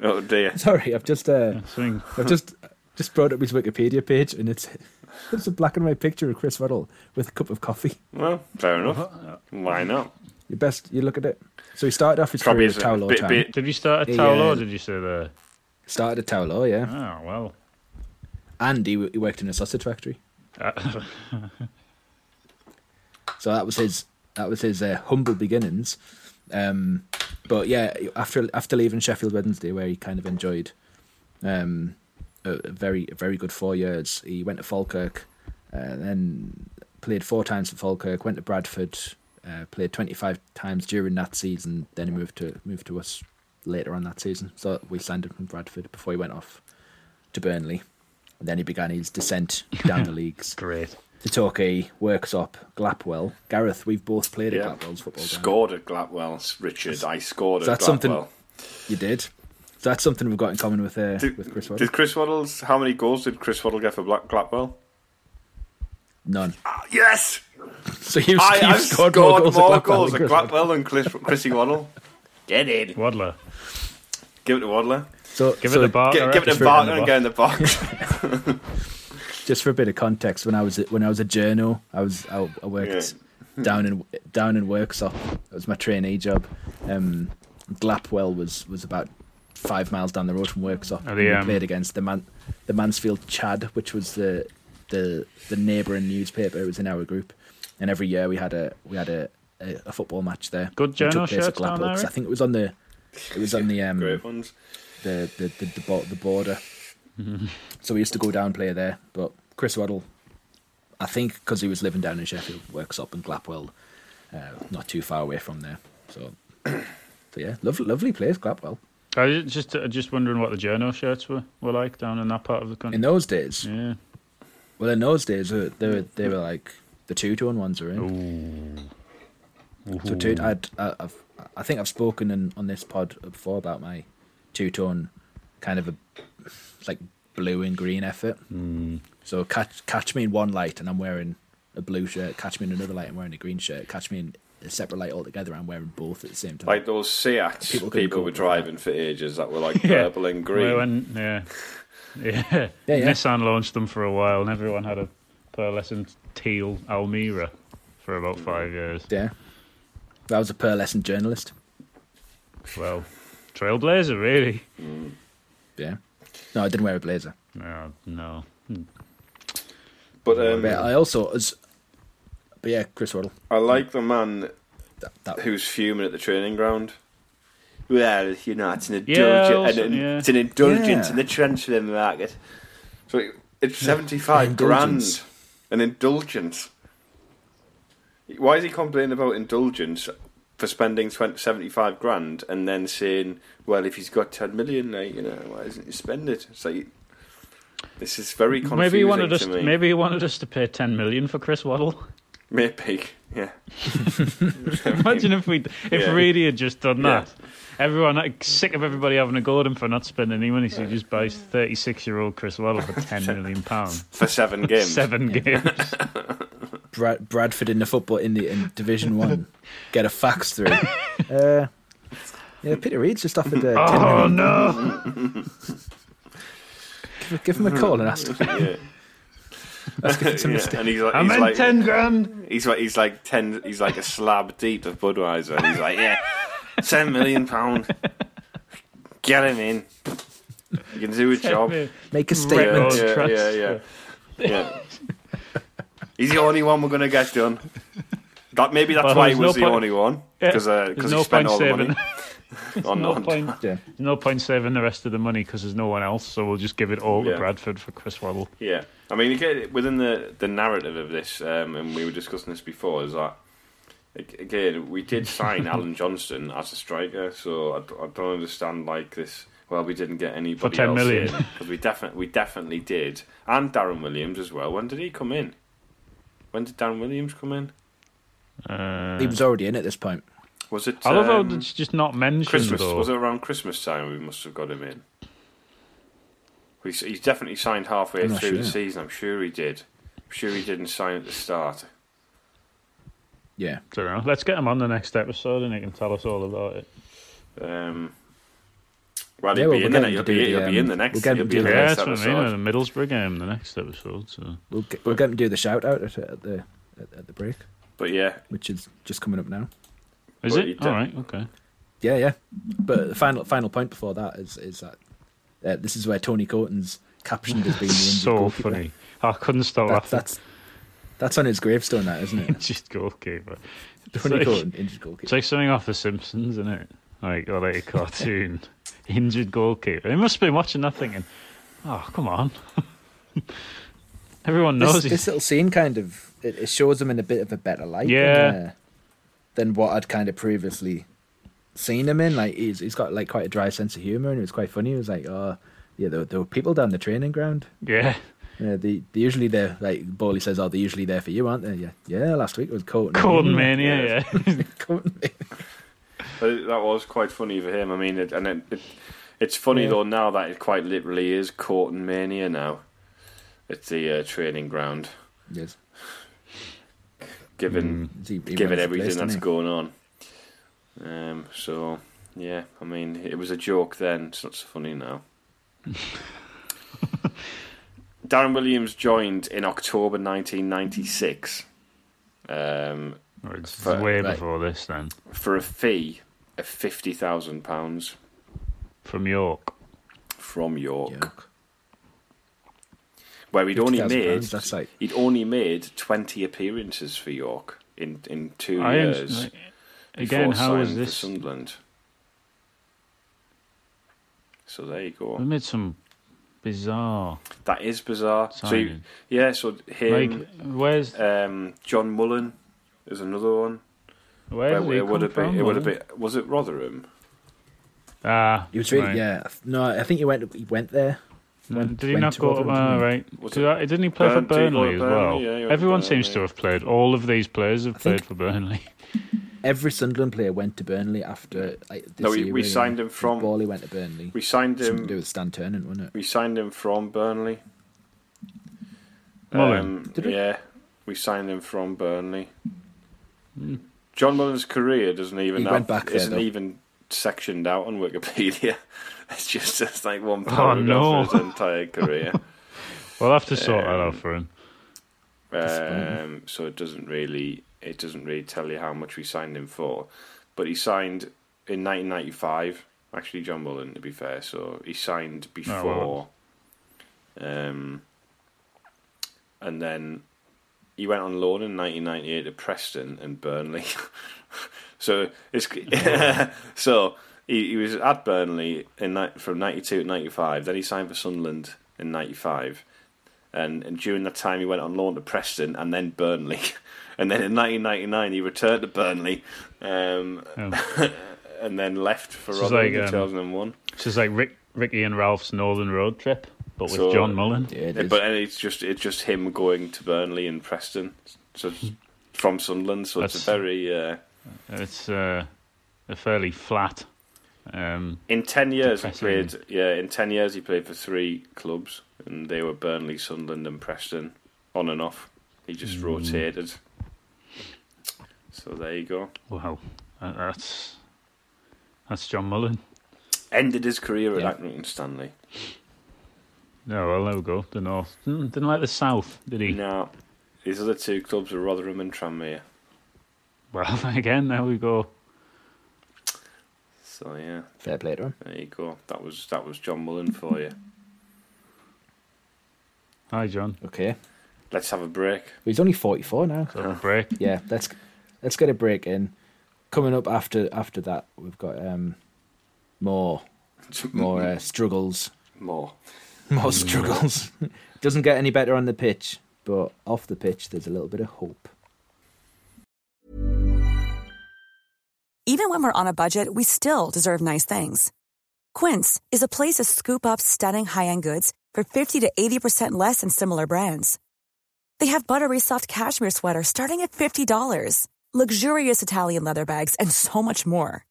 oh dear. Sorry, I've just uh, Something- I've just just brought up his Wikipedia page, and it's it's a black and white picture of Chris Ruddle with a cup of coffee. Well, fair enough. Uh-huh. Why not? You best you look at it. So he started off his Probably career is at a Tau Lo bit, Town. bit Did you start at Yeah, Towlow? yeah. Did you say there? Started at Tau Lo, yeah. Oh well. And he, he worked in a sausage factory. Uh, So that was his that was his uh, humble beginnings. Um, but yeah, after after leaving Sheffield Wednesday, where he kind of enjoyed um, a, a very a very good four years, he went to Falkirk, uh, then played four times for Falkirk, went to Bradford, uh, played twenty five times during that season. Then he moved to moved to us later on that season. So we signed him from Bradford before he went off to Burnley. And then he began his descent down the leagues. great. Satoke works up Glapwell. Gareth, we've both played at Yeah. Glapwell's football ground. scored at Gladwell, Richard. I scored at That's Gladwell. something- You did. So that's something we've got in common with uh, Did, with Chris Waddle. did Chris Waddles? How many goals did Chris Waddle get for Black Gladwell? None. Uh, Yes, So you've, I, you've I've scored, scored, more goals at Glapwell. at than Chris Waddle. Gladwell than Chris, Chrissy Waddle. Get in. Waddler. Give it to Waddler. So, Give so it the bar. Get, give it Barker. to Barker and get in the box. Just for a bit of context, when I was when I was a journo, I was I, I worked down in down in Worksop. It was my trainee job. Um, Glapwell was was about five miles down the road from Worksop. Are and they, we um, played against the man the Mansfield Chad, which was the the the neighbouring newspaper. It was in our group, and every year we had a we had a, a, a football match there. Good which took journal place at shirts down Glapwell, 'cause there, eh? I think it was on the it was on the um, Great ones. the the the, the, bo- the border. so we used to go down and play there. But Chris Waddle, I think, because he was living down in Sheffield, works up in Glapwell, uh, not too far away from there. So, so yeah, lovely, lovely place, Glapwell. I was just uh, just wondering what the journo shirts were, were like down in that part of the country. In those days, yeah. well, in those days, uh, they were they were like the two tone ones are in. So two, I'd, I, I've, I think I've spoken in, on this pod before about my two tone, kind of a like blue and green effort. So catch catch me in one light and I'm wearing a blue shirt. Catch me in another light and wearing a green shirt. Catch me in a separate light altogether. I'm wearing both at the same time. Like those Seats People people, couldn't cope were with driving for ages that were like Yeah. purple and We green. went- yeah. yeah. Yeah, yeah. Nissan launched them for a while, and everyone had a pearlescent teal Almira for about five years. yeah, I was a pearlescent journalist. Well, trailblazer, really. Yeah, no, I didn't wear a blazer. No, no. But um, But I also as, but yeah, Chris Waddle. I like the man That, that who's fuming at the training ground. Well, you know, it's an Yeah, indulgence. also, an, yeah. It's an indulgence Yeah. in the transfer market. So it- it's seventy-five grand. Indulgence. An indulgence. Why is he complaining about indulgence for spending 20, 75 grand and then saying, "Well, if he's got ten million, like, you know, why doesn't he spend it?" It's like this is very confusing Maybe he wanted to us. me. Maybe he wanted us to pay ten million for Chris Waddle. Maybe, yeah. Imagine if we, if Yeah. really had just done Yeah. that. Everyone like, sick of everybody having a go at him for not spending any money, so he just buys thirty-six-year-old Chris Waddle for ten million pounds, For seven games, seven games. Brad- Bradford in the football in the in Division One get a fax through. Uh, yeah, Peter Reid's just offered uh, ten oh million. no! Give, give him a call and ask him. Yeah. Ask if it's a Yeah, mistake. And he's like, I he's meant like, ten grand. he's like, he's like ten, he's like a slab deep of Budweiser, and he's like, yeah, ten million pound, getting in. You can do a job. Yeah, Make a yeah, statement. Right. yeah, yeah, yeah. Yeah. He's the only one we're going to get done. That maybe that's Well, why he there's was the no point- only one Yeah, because there's he no point spent all the saving. money on no on- point. Yeah. There's no point saving the rest of the money because there's no one else. So we'll just give it all Yeah. to Bradford for Chris Waddle. Yeah, I mean, you get within the the narrative of this, um, and we were discussing this before, is that ag- again we did sign Alan Johnston as a striker, so I, d- I don't understand like this. Well, we didn't get anybody For 10 else million. because we definitely we definitely did, and Darren Williams as well. When did he come in? When did Darren Williams come in? Uh, He was already in at this point. Was it? I love um, how it's just not mentioned Christmas though. was it around Christmas time we must have got him in. He's, he's definitely signed halfway I'm not through the sure. season. I'm sure he did. I'm sure he didn't sign at the start. Yeah. Dunno. Let's get him on the next episode and he can tell us all about it. Um, well, Yeah, he'll well, be we're in the getting he'll to do be, the, he'll be in um, the next. we're getting He'll to be do in the the- Yeah, next that's what I mean. episode. and The Middlesbrough game, the next episode. So We'll get, we'll get him to do the shout out at, at the at, at the break, But yeah, which is just coming up now. is Well, you it did- all right? Okay. Yeah, yeah. But the final final point before that is is that uh, this is where Tony Coton's captioned as being the injured So goalkeeper. funny. I couldn't stop That, laughing. that's that's on his gravestone, that isn't it? Just goalkeeper. It's Tony like, Coton, injured it's goalkeeper. like something off The Simpsons, isn't it? Like or like a cartoon. Injured goalkeeper. He must have been watching that thinking, "Oh, come on." Everyone knows This, he's this little scene kind of it, it shows him in a bit of a better light. Than, Yeah. uh, than what I'd kind of previously seen him in. Like he's he's got like quite a dry sense of humor, and it was quite funny. He was like, oh. Yeah, there, there were people down the training ground. yeah. Yeah, they, they usually there. Like Bowley says, "Oh, they're usually there for you, aren't they?" Yeah, yeah. Last week it was Coton. Cold mania, yeah. Coton. that that was quite funny for him. I mean, it, and it, it, it's funny Yeah. though now that it quite literally is court and mania now. It's the uh, training ground, Yes. given He, he given runs the everything place, that's doesn't going on. Um, so yeah, I mean, it was a joke then. It's not so funny now. Darren Williams joined in October 1996 um, Or It's Right, way right. before this then. for a fee of fifty thousand pounds From York. from York, he? Yuck. where he'd only £50,000, made that's like- he'd only made twenty appearances for York in in two I am- years. again, before how is signing for this? Sunderland. So there you We go. made some bizarre. That is bizarre. So you- Signing. yeah, so him, Like, where's um, John Mullen is another one. where did Well, he it would come have been. from? It would have been. Was it Rotherham? Ah, He was really, right. yeah. No, I think he went. He went there. Mm. Went- Did he went not to go? Rotherham, Ah, didn't he? right. Was Did it I- didn't he play for Burn- did he go Burnley to as Burnley? well? Yeah, he went to Everyone seems Burnley. to have played. All of these players have think- played for Burnley. Every Sunderland player went to Burnley after. Like, this No, we- era, we yeah. signed him from- Bowley went to Burnley. We signed Something to do him. with Stan Turnant, wasn't it? We signed him from Burnley. Mullen? um, Did we? Yeah, we signed him from Burnley. Hmm. John Mullen's career doesn't even He have, went back there, isn't though. even sectioned out on Wikipedia. It's just it's like one Oh, paragraph no. of his entire career. We'll have to sort that out for him. um, so it doesn't really it doesn't really tell you how much we signed him for. But he signed in 1995. Actually, John Mullen, to be fair, so he signed well. before. um, and then he went on loan in 1998 to Preston and Burnley. so it's so he, he was at Burnley in ni- from 92 to 95. Then he signed for Sunderland in 95. And, and during that time, he went on loan to Preston and then Burnley. And then in 1999, he returned to Burnley um, and then left for This is Rotherham Oh. like, in um, 2001. This is like Rick, Ricky and Ralph's Northern Road trip, but with So- John Mullen. Yeah, it Yeah, is. but and it's just it's just him going to Burnley and Preston, so it's from Sunderland. So it's a Hmm. That's- very uh, It's uh, a fairly flat. Um, in ten years he Depressing. played. Yeah, in ten years he played for three clubs, and they were Burnley, Sunderland, and Preston, on and off. He Mm. just rotated. So there you go. wow, that- uh, that's that's John Mullen. Ended his career Yeah. at Accrington Stanley. No, well, there we go. The North Hmm, didn't like the South, did he? Now his other two clubs were Rotherham and Tranmere. Well, again, there we go. So yeah, Fair play to him. there you go. That was that was John Mullen for you. Hi, John. Okay. Let's have a break. He's only 44 now. So Uh-huh. break. yeah, let's let's get a break in. Coming up after after that, we've got um, more more uh, struggles, More. more struggles. Doesn't get any better on the pitch, but off the pitch, there's a little bit of hope. Even when we're on a budget, we still deserve nice things. Quince is a place to scoop up stunning high end goods for 50 to 80% less than similar brands. They have buttery soft cashmere sweaters starting at $50, luxurious Italian leather bags, and so much more.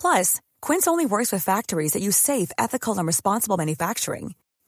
Plus, Quince only works with factories that use safe, ethical, and responsible manufacturing.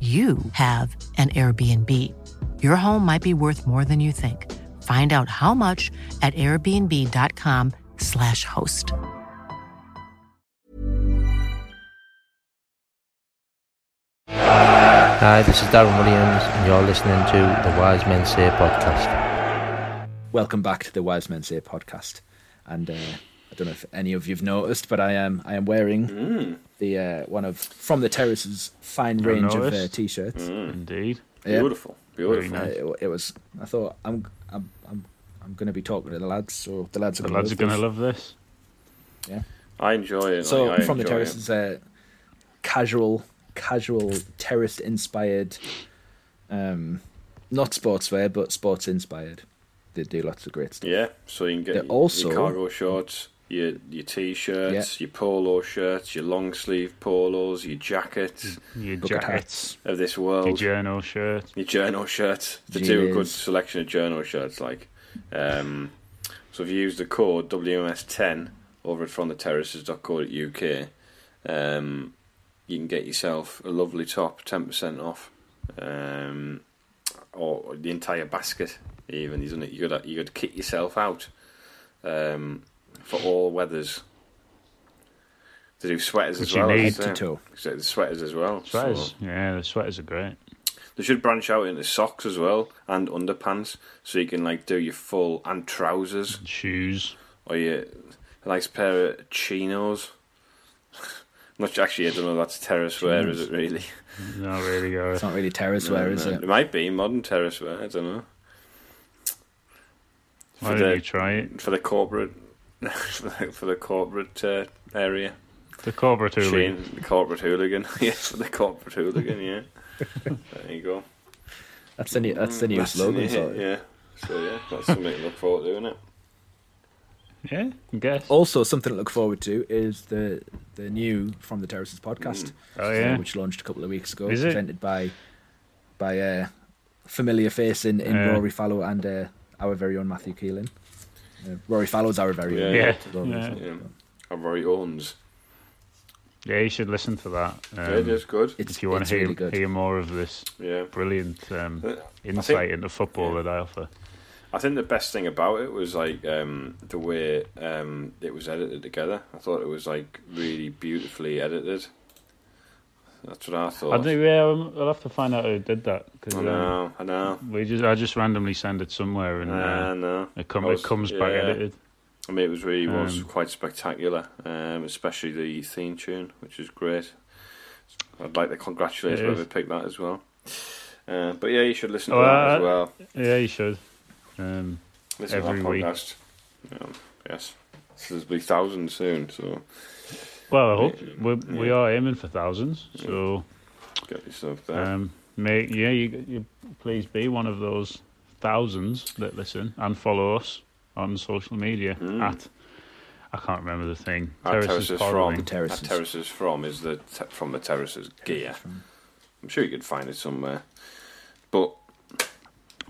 you have an Airbnb. Your home might be worth more than you think. Find out how much at airbnb.com/slash host. Hi, this is Darren Williams, and you're listening to the Wise Men Say podcast. Welcome back to the Wise Men Say podcast. And uh, I don't know if any of you've noticed, but I am I am wearing Mm. the uh, one of from the terrace's fine I range of uh, noticed. t-shirts. Hmm. Indeed. Yeah. Beautiful. Beautiful. Very nice. Uh, it, it was. I thought I'm I'm I'm, I'm going to be talking to the lads, so the lads are The gonna lads are love going to this. love this. I enjoy it. So like, I from the enjoy it. terrace is a casual, casual terraced inspired, um, not sportswear but sports inspired. They do lots of great stuff. Yeah, so you can They're get your, also- your cargo shorts, your your t-shirts, your polo shirts, your long sleeve polos, your jackets Your Bucket jackets. Mm. of this Your world, your, journal shirt. journal shirts. They do a good Jeez. selection of journal shirts. Like, um, so if you use the code WMS10 over at fromtheterraces.co.uk, um, you can get yourself a lovely top, ten percent off, um, or the entire basket. Even isn't it? You could you could kit yourself out um, for all weathers. They do sweaters Which as you well. need as I to say. toe. So Sweaters as well. so- Sweaters. Yeah, the sweaters are great. they should branch out into socks as well and underpants, so you can like do your full and trousers Shoes. or your a nice pair of chinos. Not actually, I don't know. if That's terrace wear, is it really? Not really, Gareth. It's not really terrace wear, is Uh, it? might be modern terrace wear. I don't know Why for don't the- you try it? for the corporate for the- for the corporate uh, area. The corporate hooligan. Shane, the corporate hooligan. yes, for the corporate hooligan. Yeah, there you go. That's the new that's the new That's slogan. it, sorry. Yeah. So yeah, that's something to look forward to, isn't it? Yeah, I guess. Oh. Also, something to look forward to is the the new from the terraces Mm. podcast, Oh, yeah. uh, which launched a couple of weeks ago, Is it? presented by by uh, familiar face in, in Yeah. Rory Fallow and uh, our very own Matthew Keelan. Uh, Rory Fallow's our very own. Yeah. Rory, Yeah. so- Yeah. Our very owns. Yeah, you should listen to that. Yeah, Um, that's good. It's, if you want it's to hear, really good. hear more of this Yeah. brilliant um, I insight think- into football that I offer. I think the best thing about it was like um, the way um, it was edited together. I thought it was like really beautifully edited. That's what I I thought. think, yeah, um, I'll have to find out who did that. Cause, I um, know. I know. we just, I just randomly send it somewhere and I uh, know. it, come, I was- it comes yeah. back edited. I mean, it was really was Um, quite spectacular, um, especially the theme tune, which is great. I'd like to congratulate It whoever is. picked that as well. Uh, but yeah, you should listen to Oh, that as uh, well. Yeah, you should. Um, Listen every to that week. podcast. Um, yes, so there'll be thousands soon. So well, I hope we, we are aiming for thousands. So, get yourself there. um, may, yeah, you, you please be one of those thousands that listen and follow us on social media at. I can't remember the thing. Mm. At Terraces Pod, I from think. Terraces. At terraces from is the te- from the terraces gear. I'm sure you could find it somewhere. But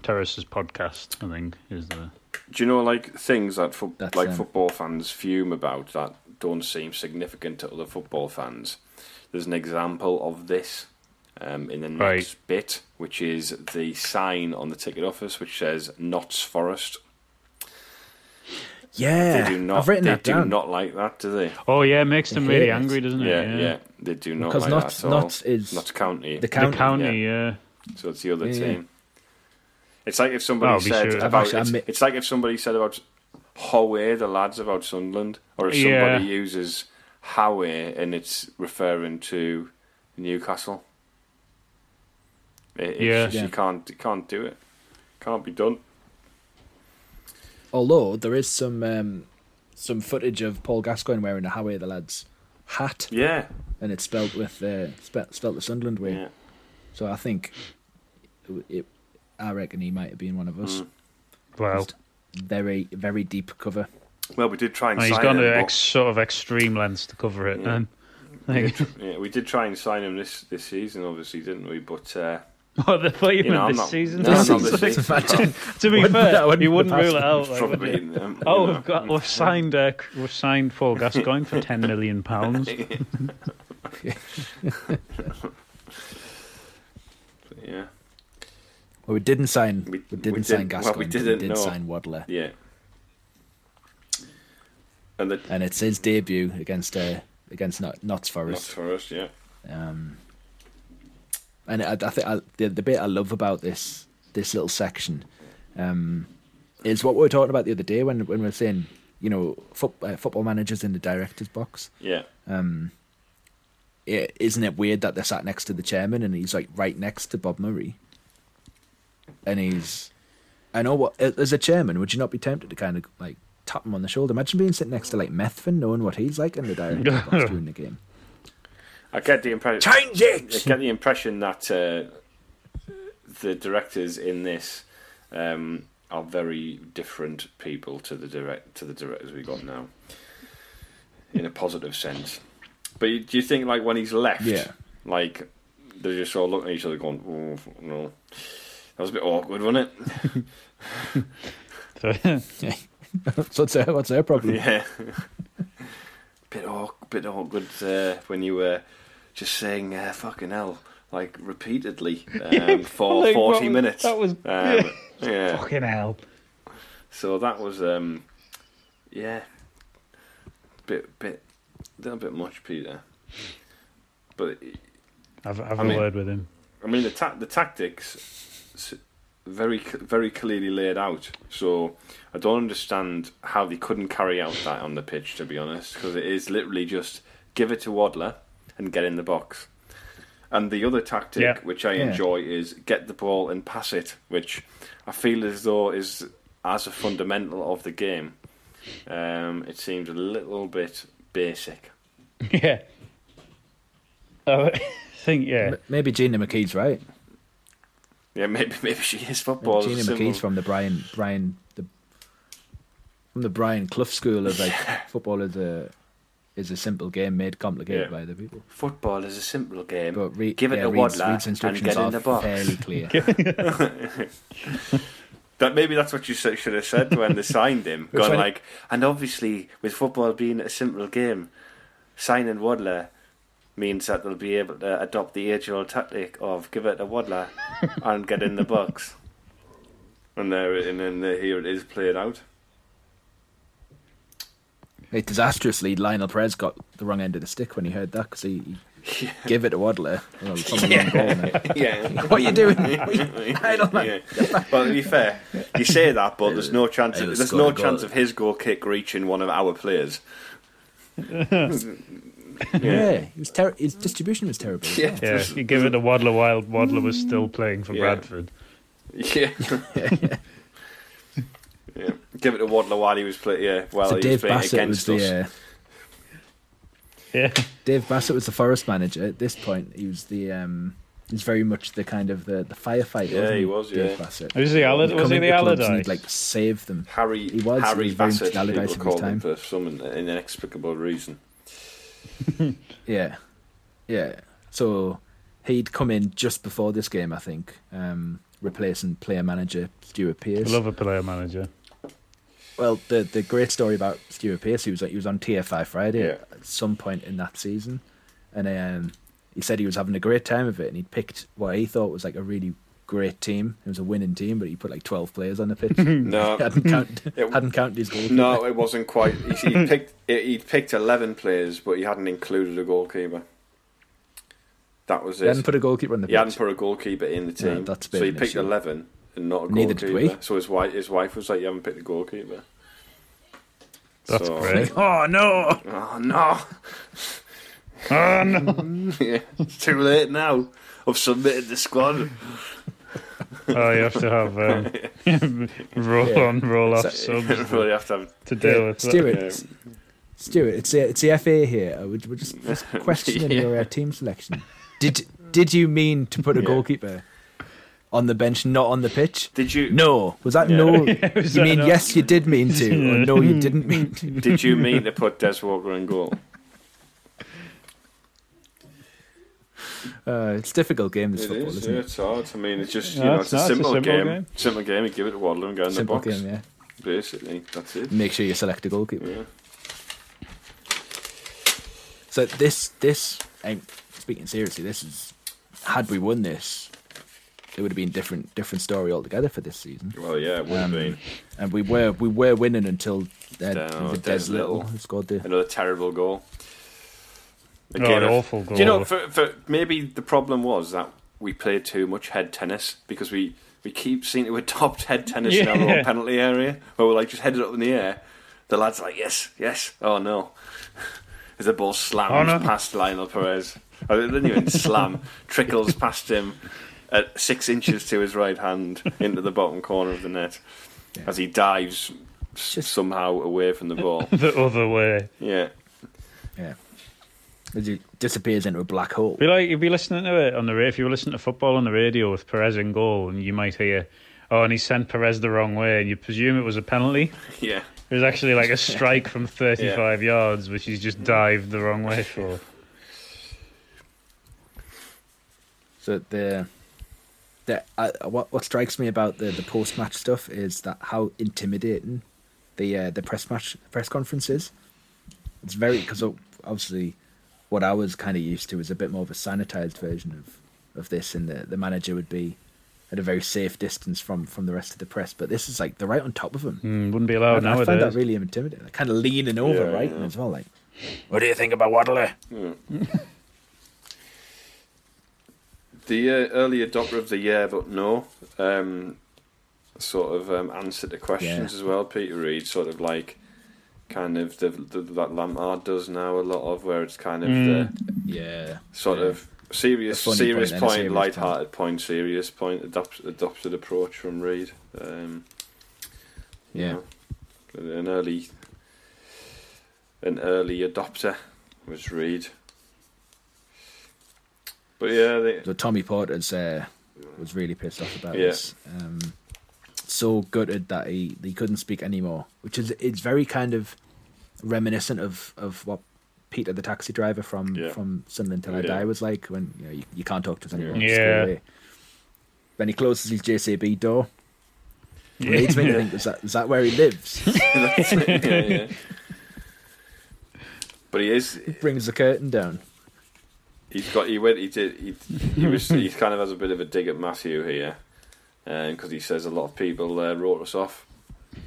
Terrace's podcast, I think, is the. do you know like things that fo- That's, like um, football fans fume about that don't seem significant to other football fans? There's an example of this um, in the next Right. bit, which is the sign on the ticket office which says Notts Forest. They Yeah, do not. I've written they that do down. not like that, do they? Oh yeah, it makes them hate really it. angry, doesn't it? Yeah, yeah, they do not Because like Notts- that at all. Notts is Notts County. the The county. county, yeah. So it's the other Yeah, yeah. team. It's like if somebody I'll be said sure. I've about actually- I it's, mi- it's like if somebody said about Howe the lads about Sunderland, or if Yeah. somebody uses Howe and it's referring to Newcastle. It, it's Yeah. just, Yeah. you can't you can't do it. Can't be done. Although there is some um, some footage of Paul Gascoigne wearing a Howie the Lads hat, Yeah, and it's spelt with uh, spe- spelt the Sunderland way. yeah. So I think it, it, I reckon he might have been one of us. Mm. Well, Very very deep cover. Well, we did try and and he's sign gone him, to but- ex- sort of extreme lengths to cover it. Then, we like, did- yeah, we did try and sign him this this season, obviously, didn't we? But uh, what the play you know, I'm this not, season? No, I'm not This this season. season. Imagine. to be Wouldn't- that fair, wouldn't you wouldn't pass rule it them. out. like, would Probably. you? um, you Oh, know. we've got we've signed uh, we've signed Paul Gascoigne for ten million pounds. Yeah. Well, we didn't sign. We, We- we didn't didn't- sign well, Gascoigne. we but we didn't, did no. sign Waddler, Yeah. And the and it's his debut against uh, against Not- Notts not Forest. for us, yeah. Um, and I, I think I, the, the bit I love about this this little section um, is what we were talking about the other day when when we were saying you know foot, uh, football managers in the directors box. Yeah. is isn't it weird that they're sat next to the chairman and he's like right next to Bob Murray? And he's, I know what as a chairman, would you not be tempted to kind of like tap him on the shoulder? Imagine being sitting next to like Methven, knowing what he's like in the director's box during the game. I get the impression Change I it. get the impression that uh, the directors in this um, are very different people to the direct to the directors we've got now. In a positive sense. But you, do you think like when he's left Yeah. like they just all looking at each other going, oh, no. That was a bit awkward, wasn't it? what's her, what's her problem? Yeah. bit awk, bit awkward uh, when you were just saying uh, "fucking hell" like repeatedly um, for Like, what forty was- minutes. that was- um, yeah. Fucking hell! So that was um, yeah, bit bit little bit much, Peter. But I've I've I a mean- word with him. I mean the ta- the tactics s- very c- very clearly laid out. So I don't understand how they couldn't carry out that on the pitch to be honest because it is literally just give it to Waddler and get in the box. And the other tactic Yeah. which I Yeah. enjoy is get the ball and pass it, which I feel as though is as a fundamental of the game. Um, it seems a little bit basic. Yeah. Oh, I think yeah. M- Maybe Gina McKee's right. Yeah, maybe maybe she is football. Gina McKee's from the Brian Brian the from the Brian Clough school of like football is a is a simple game made complicated Yeah. by other people. Football is a simple game. But re- Give it yeah, to reads, Wadler reads and instructions get are in the box. fairly clear. That maybe that's what you s- should have said when they signed him. We're Gone trying to- like, and obviously with football being a simple game, signing Wadler means that they'll be able to adopt the age-old tactic of give it to Wadler and get in the box. And there, and then there, here it is played out. Like, disastrously, Lionel Perez got the wrong end of the stick when he heard that because he, he gave it to Waddler. Well, from the wrong goal, man. Yeah. What are you doing? What are you- I don't know. Well, to be fair, you say that, but there's no chance. He was There's no scoring a goal. chance of his goal kick reaching one of our players. yeah, he was ter- his distribution was terrible. as well. Yeah, you give it to Waddler while Waddler was still playing for Yeah. Bradford. Yeah. yeah. Give it to Waddler while he was playing. Yeah, while so Oh, he Dave was playing Bassett was against us. the uh, Yeah, Dave Bassett was the forest manager at this point. He was the um, he's very much the kind of the, the firefighter. Yeah, wasn't he was, Dave yeah. Bassett. was he the He'd Allardyce? Was come he into the clubs and Allardyce? he'd, like save them. Harry He was, he Harry was very much Bassett. Allardyce in People his called him time. for some in- inexplicable reason. Yeah, yeah. So he'd come in just before this game, I think. Um, replacing player manager Stuart Pearce. I love a player manager. Well, the the great story about Stuart Pearce, he was like he was on TFI Friday Yeah. at some point in that season, and um, he said he was having a great time of it, and he picked what he thought was like a really great team. It was a winning team, but he put like twelve players on the pitch. No. hadn't, count, It- hadn't counted his goal. No, it wasn't quite. He, he picked he picked eleven players, but he hadn't included a goalkeeper. That was he hadn't it. put a goalkeeper on the He hadn't pitch. put a goalkeeper in the team, No, that's a bit so he of an picked issue. eleven and not a Neither did goalkeeper. we. So his wife, his wife was like, "You haven't picked a goalkeeper." That's So- great. Oh no! Oh no! Oh no! yeah, it's too late now. I've submitted the squad. Oh, you have to have um, roll Yeah. on, roll off So- You subs really have to have. to deal Yeah, with. that. Stuart, yeah. Stuart, it's the, it's the FA here. Uh, We're, we're just, just questioning your uh, team selection. Did did you mean to put a Yeah. goalkeeper on the bench, not on the pitch? Did you? No, was that Yeah. no? was you that mean no? yes, you did mean to, or no, you didn't mean to? Did you mean to put Des Walker in goal? Uh, it's a difficult game this It football, is. isn't Yeah, it? it's hard. I mean, it's just you Yeah, know, it's it's, a, not- it's a simple simple game. game. Simple game. You give it to Waddle and go in Simple the box. game, yeah. Mm. Basically, that's it. Make sure you select a goalkeeper. Yeah. So this this I'm speaking seriously, this is had we won this, it would have been different different story altogether for this season. Well, yeah, it would have Um, been and we were we were winning until uh, Down, the Des Des Little Little. who scored the another terrible goal. A Oh, game an of- awful goal. Do you know, for, for maybe the problem was that we played too much head tennis because we, we keep seeing to adopt head tennis in our Yeah. own penalty area where we're like just headed up in the air. The lad's like, yes, yes, oh no. As the ball slams Oh, no. past Lionel Perez. Oh, It didn't even slam, trickles past him at six inches to his right hand into the bottom corner of the net as he dives s somehow away from the ball. The other way. yeah. yeah. It ju- disappears into a black hole. Be like you'd be listening to it on the radio. If you were listening to football on the radio with Perez in goal, and you might hear, "Oh, and he sent Perez the wrong way," and you presume it was a penalty. Yeah. It was actually like a strike from 35 yards, which he's just dived the wrong way for. So the the uh, what what strikes me about the, the post match stuff is that how intimidating the uh, the press match press conference is. It's very because obviously what I was kind of used to was a bit more of a sanitized version of of this, and the the manager would be at a very safe distance from from the rest of the press. But this is like they're right on top of him. Mm, wouldn't be allowed I, I find that nowadays. really intimidating. Kind of leaning over, Yeah, right, yeah. as well. Like, What do you think about Waddler? The uh, early adopter of the year, but no, um, sort of um, answer to questions Yeah. as well. Peter Reid, sort of like kind of the, the, that Lampard does now a lot of, where it's kind of the yeah, sort of serious, Mm. The funny serious point point, and a serious light-hearted point, serious point, adopt, adopted approach from Reid. Um, you Yeah. know, an early, an early adopter was Reid. But yeah, they, So Tommy Porter's uh, was really pissed off about Yeah. this. Um, so gutted that he, he couldn't speak anymore, which is it's very kind of reminiscent of, of what Peter the taxi driver from Yeah. from Sunderland Till I Yeah. Die was like when you know you, you can't talk to us anymore. Yeah. just go Yeah. away. Then he closes his JCB door. Yeah. Leads me to think is that is that where he lives? yeah, yeah. But he is. Brings the curtain down. He's got. He went. He did. He, he was. He kind of has a bit of a dig at Matthew here, because he says a lot of people uh, wrote us off.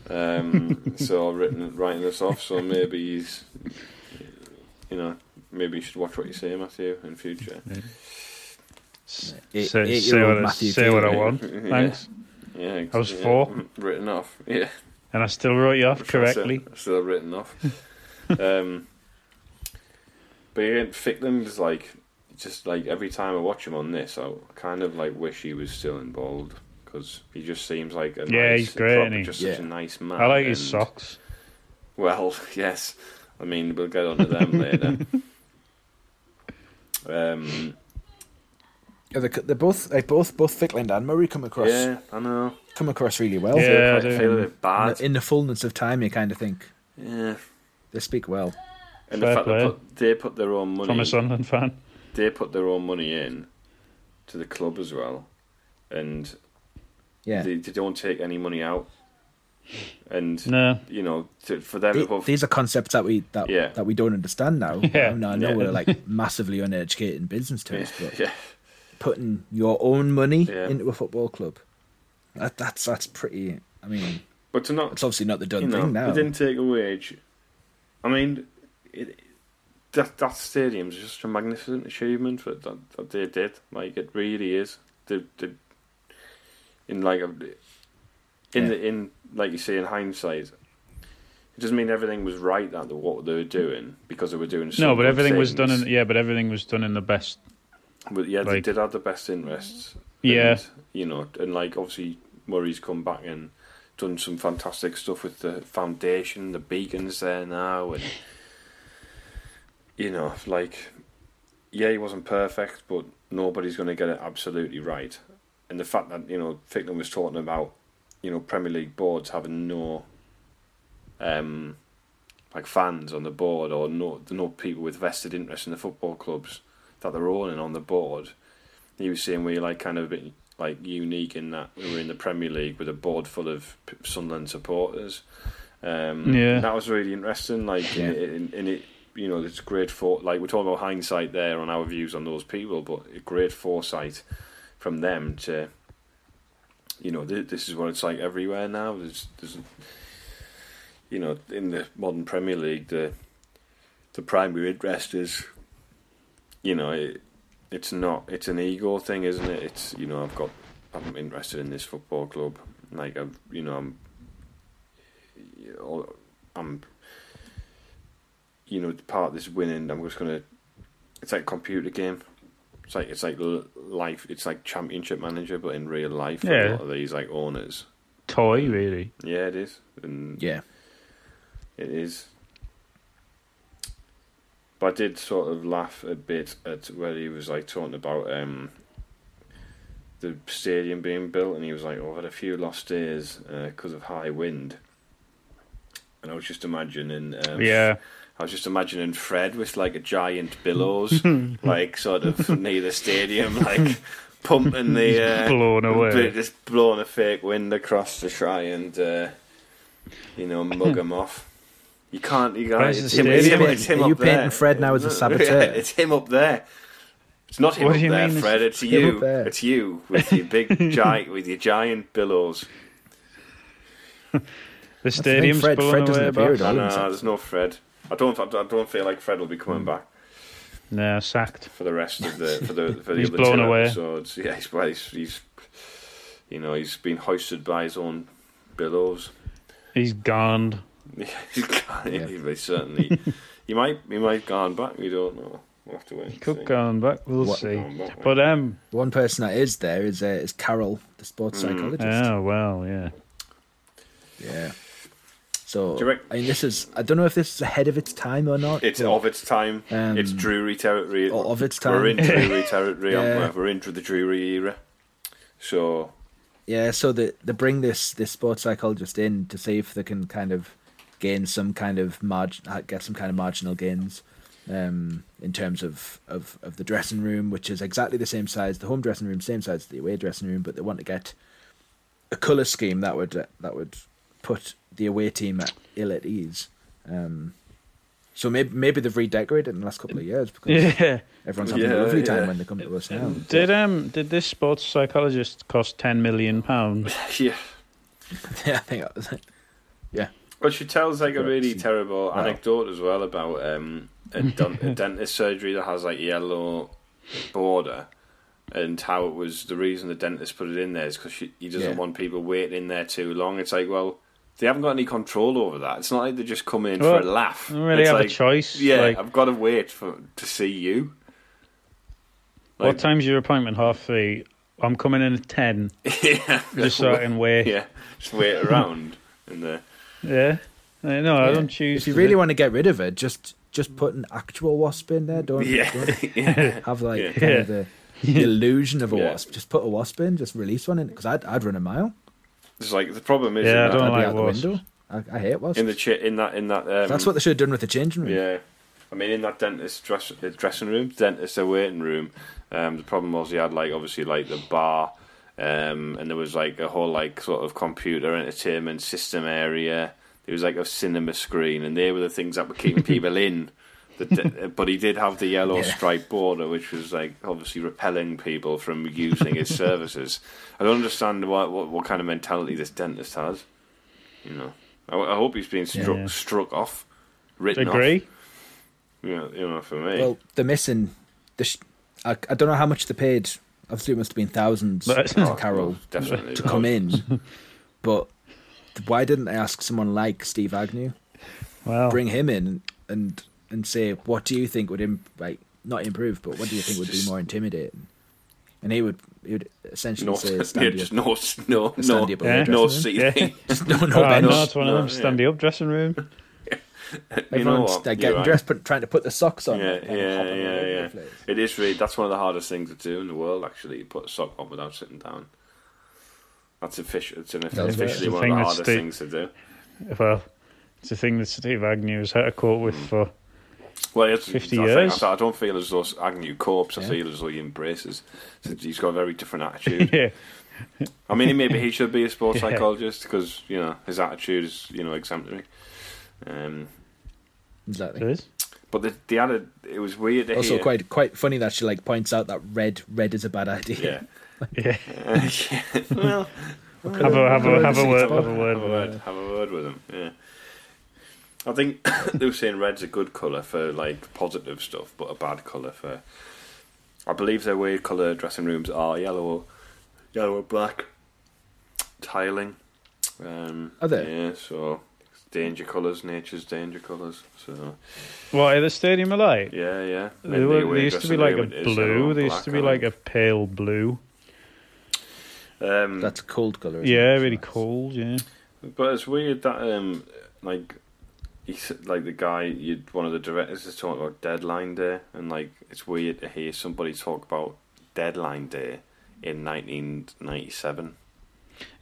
Um, so written writing us off. So maybe he's. You know, maybe you should watch what you say, Matthew, in future. S- Eight- Say, say, eight-year-old what, I- Matthew say what I Taylor. want. Yeah. Thanks. Yeah, ex- I was yeah, four. mm, Written off. Yeah. And I still wrote you off correctly. Still, still written off. um, but yeah, Fickland's like just like every time I watch him on this, I kind of like wish he was still involved because he just seems like a Yeah, nice, he's great, proper- isn't he? just such a Yeah. nice man. I like his and- socks. Well, yes, I mean we'll get onto them later. Um, Yeah, They they both like both both Fickland and Murray come across yeah, I know. come across really well. Yeah, I I feel, do. quite- feel a bit In bad. the- in the fullness of time, you kind of think yeah, they speak well. and the Fair fact that play. put, they put their own money. I'm a Sunderland fan. they put their own money in to the club as well, and Yeah. They, they don't take any money out, and No. you know to, for them Th- to put these are concepts that we that, Yeah. that we don't understand now. Yeah. I, mean, I know Yeah. we're like massively uneducated in business terms, but yeah putting your own money Yeah. into a football club, that, that's that's pretty. I mean, But to not, it's obviously not the done you know, thing now. they didn't take a wage. I mean, it, that that stadium's just a magnificent achievement that, that, that they did. Like it really is. They, they, in like a, in Yeah. the in like you say in hindsight, it doesn't mean everything was right that the, what they were doing because they were doing some No, but good everything was things. done in yeah, but everything was done in the best. But yeah, Like- they did have the best interests. Yeah. And, you know, and like obviously Murray's come back and done some fantastic stuff with the foundation, the beacons there now, and you know, like yeah, he wasn't perfect, but nobody's going to get it absolutely right. And the fact that you know Fickman was talking about you know Premier League boards having no um like fans on the board or no no people with vested interest in the football clubs that they're owning on the board. He was saying we're like kind of a bit like unique in that we were in the Premier League with a board full of p- Sunderland supporters. Um, Yeah. that was really interesting. Like, Yeah. and it, and- and it, you know, it's great for like we're talking about hindsight there on our views on those people, but a great foresight from them to, you know, th- this is what it's like everywhere now. There's, there's, you know, in the modern Premier League, the the primary interest is, you know, it, it's not, it's an ego thing, isn't it? It's, you know, I've got, I'm interested in this football club. Like, I've, you know, I'm, you know, I'm, you know, part of this winning. I'm just gonna. It's like a computer game. It's like it's like l- life. It's like Championship Manager, but in real life. for A Yeah. lot of these like owners. Toy, really. Yeah, it is. And yeah, it is. But I did sort of laugh a bit at where he was like talking about um, the stadium being built, and he was like, "Oh, I've had a few lost days because of high wind." And I was just imagining, um, Yeah. I was just imagining Fred with like a giant billows, like sort of near the stadium, like pumping the uh, Blown away. bit- just blowing a fake wind across to try and uh, you know mug him off. You can't. You got Where's it's, the him, it's him. stadium? It's him Are you up there. painting Fred now as a saboteur? Yeah, it's him up there. It's not him What up do you there, mean it's Fred. It's him you. up there? It's you with your big giant with your giant billows. The the thing, stadium's Fred- blown Fred doesn't away. appear boss. at all. No, no, himself. there's no Fred. I don't. I don't- I don't feel like Fred will be coming back Nah, sacked. for the rest of the for the for the He's other blown two away. episodes. Yeah, he's, well, he's he's you know he's been hoisted by his own billows. He's gone. you can't they certainly. you might you might gone back. We don't know. We'll have to wait. and see. Cook gone back. We'll What- see. Gone back, But um, one person that is there is uh, is Carol, the Mm. sports psychologist. oh well, yeah. Yeah. So Do you rec- I mean, this is I don't know if this is ahead of its time or not. It's but of its time. Um, it's Drury territory. o- of its We're in time. Drury territory. aren't we? Yeah. We're into the Drury era. So Yeah, so they they bring this this sports psychologist in to see if they can kind of gain some kind of margin, get some kind of marginal gains um, in terms of, of of the dressing room, which is exactly the same size, the home dressing room, same size as the away dressing room, but they want to get a color scheme that would uh, that would put the away team at, ill at ease. Um, so maybe maybe they've redecorated in the last couple of years because Yeah. everyone's having Yeah, a lovely time yeah. when they come to us now. Did um did this sports psychologist cost ten million pounds? yeah. yeah, I think that was it. Well, she tells like a Correct. really terrible Wow. anecdote as well about um, a, dun- a dentist surgery that has like yellow border, and how it was the reason the dentist put it in there is because he doesn't Yeah. want people waiting in there too long. It's like, well, they haven't got any control over that. It's not like they just come in Well, for a laugh. they don't really It's have a like, choice, Yeah, like- I've got to wait for to see you. what time's your appointment? Half three. I'm coming in at ten, yeah, just so I can wait. yeah, just wait around in there. Yeah. Uh, No, I Yeah. don't choose. If you to really do- want to get rid of it, just just put an actual wasp in there. Don't, Yeah, don't yeah. have like Yeah. kind of the, the illusion of a Yeah. wasp. Just put a wasp in. Just release one in because I'd I'd run a mile. It's like the problem is Yeah, I in, don't I'd that, be like out the wasps. window. I, I hate wasps. in the cha- in that in that. Um, That's what they should have done with the changing room. Yeah, I mean, in that dentist dress, uh, dressing room, dentist uh, waiting room, um, the problem was he had like obviously like the bar um, and there was like a whole like sort of computer entertainment system area. There was like a cinema screen, and they were the things that were keeping people in. The, uh, but he did have the yellow Yeah. stripe border, which was like obviously repelling people from using his services. I don't understand what, what what kind of mentality this dentist has. You know, I, I hope he's being struck Yeah. struck off, written off. Agree? You know, you know, for me, Well, they're missing. The sh- I, I don't know how much they paid. Obviously, it must have been thousands But- to Carol Oh, definitely to come in. But why didn't they ask someone like Steve Agnew? Well, Bring him in and and say, what do you think would Im- like not improve, but what do you think would be more intimidating? And he would he would essentially no, say, yeah, stand just your- no, no, no, stand your no, dressing no room. seating. no, no, oh, bench. no, it's one of them. yeah. Standy up dressing room. You know Everyone's like, what? You're getting right. dressed, put, trying to put the socks on. Yeah, like, and yeah, hopping all yeah, over the yeah. place. It is really. That's one of the hardest things to do in the world. Actually, put a sock on without sitting down. That's official. It's an officially the thing one of the that's hardest the- things to do. Well, it's the thing that Steve Agnew has had to cope with Mm. for. Well, it's, 50 I think- years. I don't feel as though Agnew copes. I feel as though he embraces. So He's got a very different attitude. Yeah, I mean, maybe he should be a sports Yeah. psychologist because you know his attitude is you know exemplary. Um, Exactly. there is. but the, the added, it was weird to also hear. quite quite funny that she like points out that red red is a bad idea. yeah. Yeah. yeah. Well, Have a have a have a It's word. fine. Have a word. have a with word, her. have a word with him. Yeah, I think they were saying red's a good color for like positive stuff, but a bad color for. I believe their weird color dressing rooms are yellow, yellow or black tiling. Um, Are they? Yeah, so it's danger colors, nature's danger colors. So What at the stadium alight? yeah, yeah. They, Maybe were, away they used to be dressing like a room is yellow "Oh, blue. and They used black, to be I like a think. pale blue. Um, That's a cold color. isn't Yeah, it? really cold. Yeah. But it's weird that um like he said, like the guy you one of the directors is talking about deadline day and like it's weird to hear somebody talk about deadline day in 1997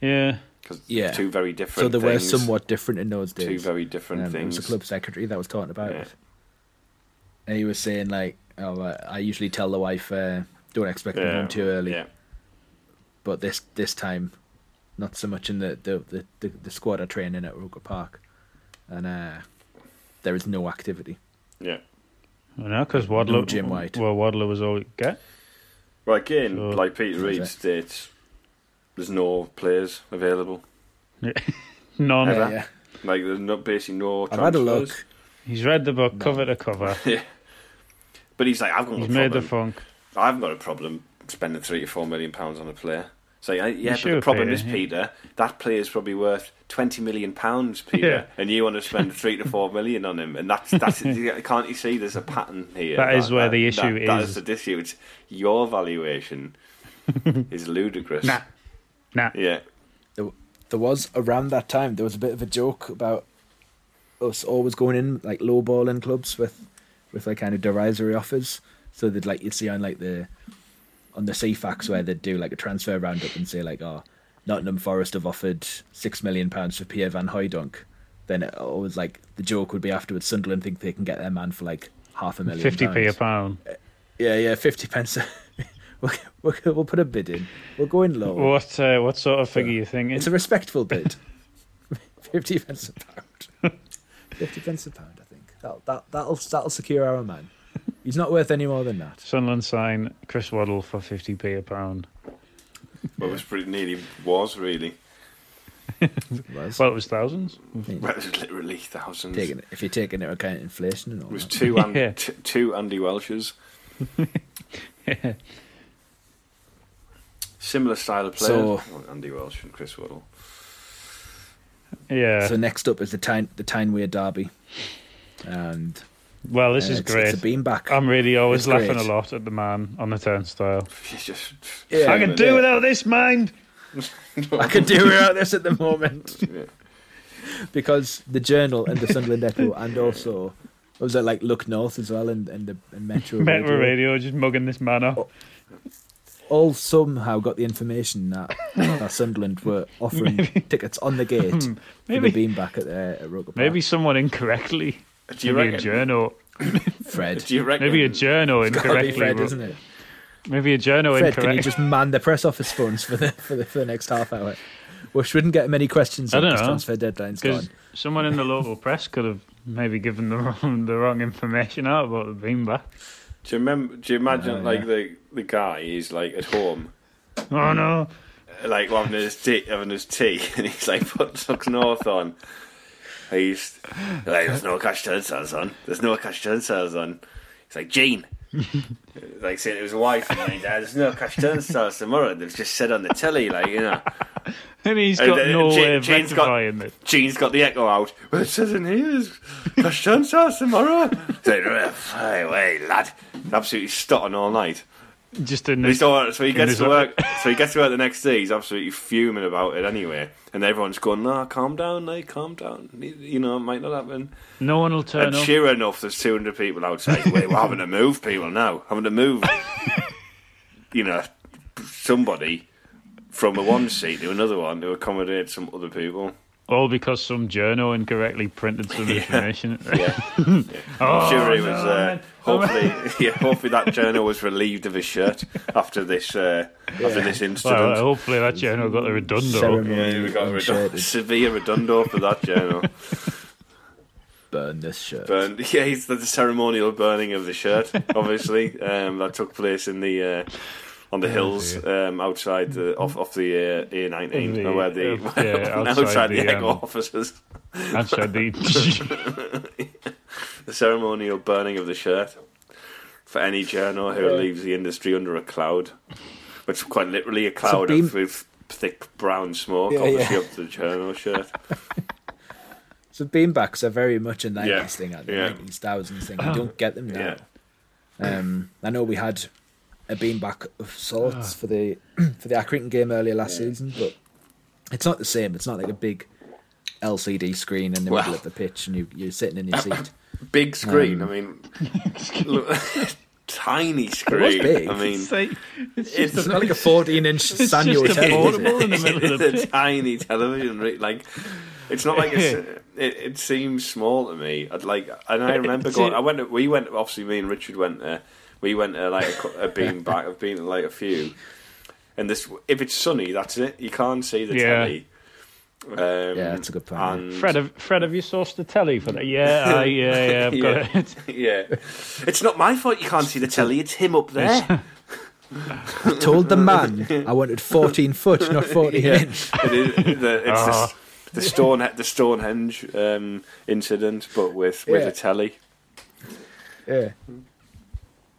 Yeah. because Yeah. two very different So they were things, somewhat different in those two days. very different Um, It was things the club secretary that was talking about Yeah. it, and he was saying like, "Oh, uh, I usually tell the wife, uh, don't expect me home too early, yeah but this this time, not so much in the the the, the, the squad are training at Roker Park, and uh, there is no activity. yeah I know, because Wadlow. Jim White. Well, Wadlow was all it get. well again So- like Peter Reid Exactly. states there's no players available None. Ever. Uh, yeah. like there's not basically no I've had a transfers. look. He's read the book cover to cover. but he's like I've got He's no made the problem. funk. I've got a problem spending three to four million pounds on a player. So yeah, yeah but the sure, problem Peter, is, yeah. Peter, that player's probably worth twenty million pounds, Peter, Yeah. and you want to spend three to four million on him, and that's that's can't you see? There's a pattern here. That is where the that- issue That is. is the issue. It's your valuation is ludicrous. Nah. Nah. Yeah. there, there was around that time there was a bit of a joke about us always going in like low ball in clubs with with like kind of derisory offers so they'd like you'd see on like the on the CFAX where they'd do like a transfer roundup and say like oh Nottingham Forest have offered six million pounds for Pierre Van Hooydonk then it always like the joke would be afterwards Sunderland think they can get their man for like half a million Fifty p a pounds. pound. yeah yeah 50 pence we'll, we'll, we'll put a bid in we'll go in low What uh, what sort of figure you thinking? Oh. it's a respectful bid. Fifty pence a pound. Fifty pence a pound, I think. That'll that, that'll that'll secure our man. He's not worth any more than that. Sunderland sign Chris Waddle for fifty p a pound. Well, it was pretty nearly was really. Was Well, it was thousands. Well, it was literally thousands. taking if you take into account inflation and all It was that. two and, Yeah. t- two Andy Welshers. Similar style of player. So- Andy Welsh and Chris Waddle. Yeah. So next up is the Tyne the Tyneweir Derby, and well, this uh, is it's, great. It's a beanback. I'm really always It's laughing great. a lot at the man on the turnstile. It's just Yeah, I can yeah. do without this mind. I could do without this at the moment Yeah. because the Journal and the Sunderland Echo, and also was it like Look North as well, and and the and Metro, Metro Radio just mugging this man off. Oh, all somehow got the information that, that Sunderland were offering tickets on the gate for Hmm, Maybe- the beanback at, uh, at Roker Park. Maybe someone incorrectly. Do you maybe reckon? a journal. Fred. Do you reckon? Maybe a journal Gotta be incorrectly. Fred, wrote- isn't it? Maybe a journal Fred, can you incorrect. just man the press office phones for the for the, for the next half hour? Which wouldn't get many questions I on don't this know. transfer deadline's Because gone. someone in the local press could have maybe given the wrong, the wrong information out about the beanbag. Do you remember? Do you imagine Oh, like yeah. the the guy is like at home, Oh no! like having his tea, having his tea, and he's like put Tucks North on. He's like, there's no cash turn sales on. There's no cash turn sales on. He's like, Gene. like saying it was a wife and like, there's no cash turn sales tomorrow. They've just said on the telly, like, you know. And he's And got uh, then no Jane- way of Jane's got- rectifying it. Gene's got the echo out. Well, it says in here is cash turn sales tomorrow. He's like, "Well, fly away, lad. Absolutely stotting all night. Just in And he's this, all, so he gets his to own- work. So he gets to work the next day. He's absolutely fuming about it anyway, and everyone's going, "Nah, calm down, mate, calm down." You- You know, it might not happen. no one will turn and up. sure enough, there's 200 people outside. Wait, we're having to move people now. Having to move, you know, somebody from a one seat to another one to accommodate some other people. All because some journal incorrectly printed some information. Oh, I'm sure he was. Uh, hopefully, yeah, hopefully that journal was relieved of his shirt after this uh, after this incident. Well, hopefully that journal got the redundo. Yeah, we got redu- Unshirted. severe redundo for that journal. Burn this shirt. Burn, yeah, it's the ceremonial burning of the shirt. Obviously, um, that took place in the uh, on Oh, the hills um, outside the off off the uh, A nineteen, The, where the uh, yeah, outside, outside the, the, Echo um, offices. I've said the The ceremonial burning of the shirt for any journal who leaves the industry under a cloud, which is quite literally a cloud beam- of, with thick brown smoke, Yeah, obviously yeah. up to the journal shirt. So beanbags are very much a 90s Yeah, thing, aren't they? yeah. 90s, thousands thing. You don't get them now. Yeah. Um, I know we had a beanbag of sorts for the for the Accrington game earlier last season, but it's not the same. It's not like a big LCD screen in the Well. middle of the pitch and you, you're sitting in your seat. Big screen. Um, I mean, look, tiny screen. big. I mean, G. it's it's just It's a, not like a 14 inch it's just Sanyo a television. portable in the middle of the it's a tiny television. re- Like, it's not like it's, it. It seems small to me. I'd like, and I remember It's going. a- I went. We went. Obviously, me and Richard went. Uh, we went to like a, cou- a bean back. I've been to like a few. And this, if it's sunny, that's it. You can't see the Yeah. telly. Um, yeah, that's a good point, yeah. Fred, have, Fred, have you sourced the telly for that? Yeah, I, yeah, yeah, I've got it. yeah, it's not my fault you can't see the telly. It's him up there. Told the man I wanted 14 foot, not 14 inch. it is, the, it's the, the Stone the Stonehenge um, incident, but with with Yeah. a telly. Yeah.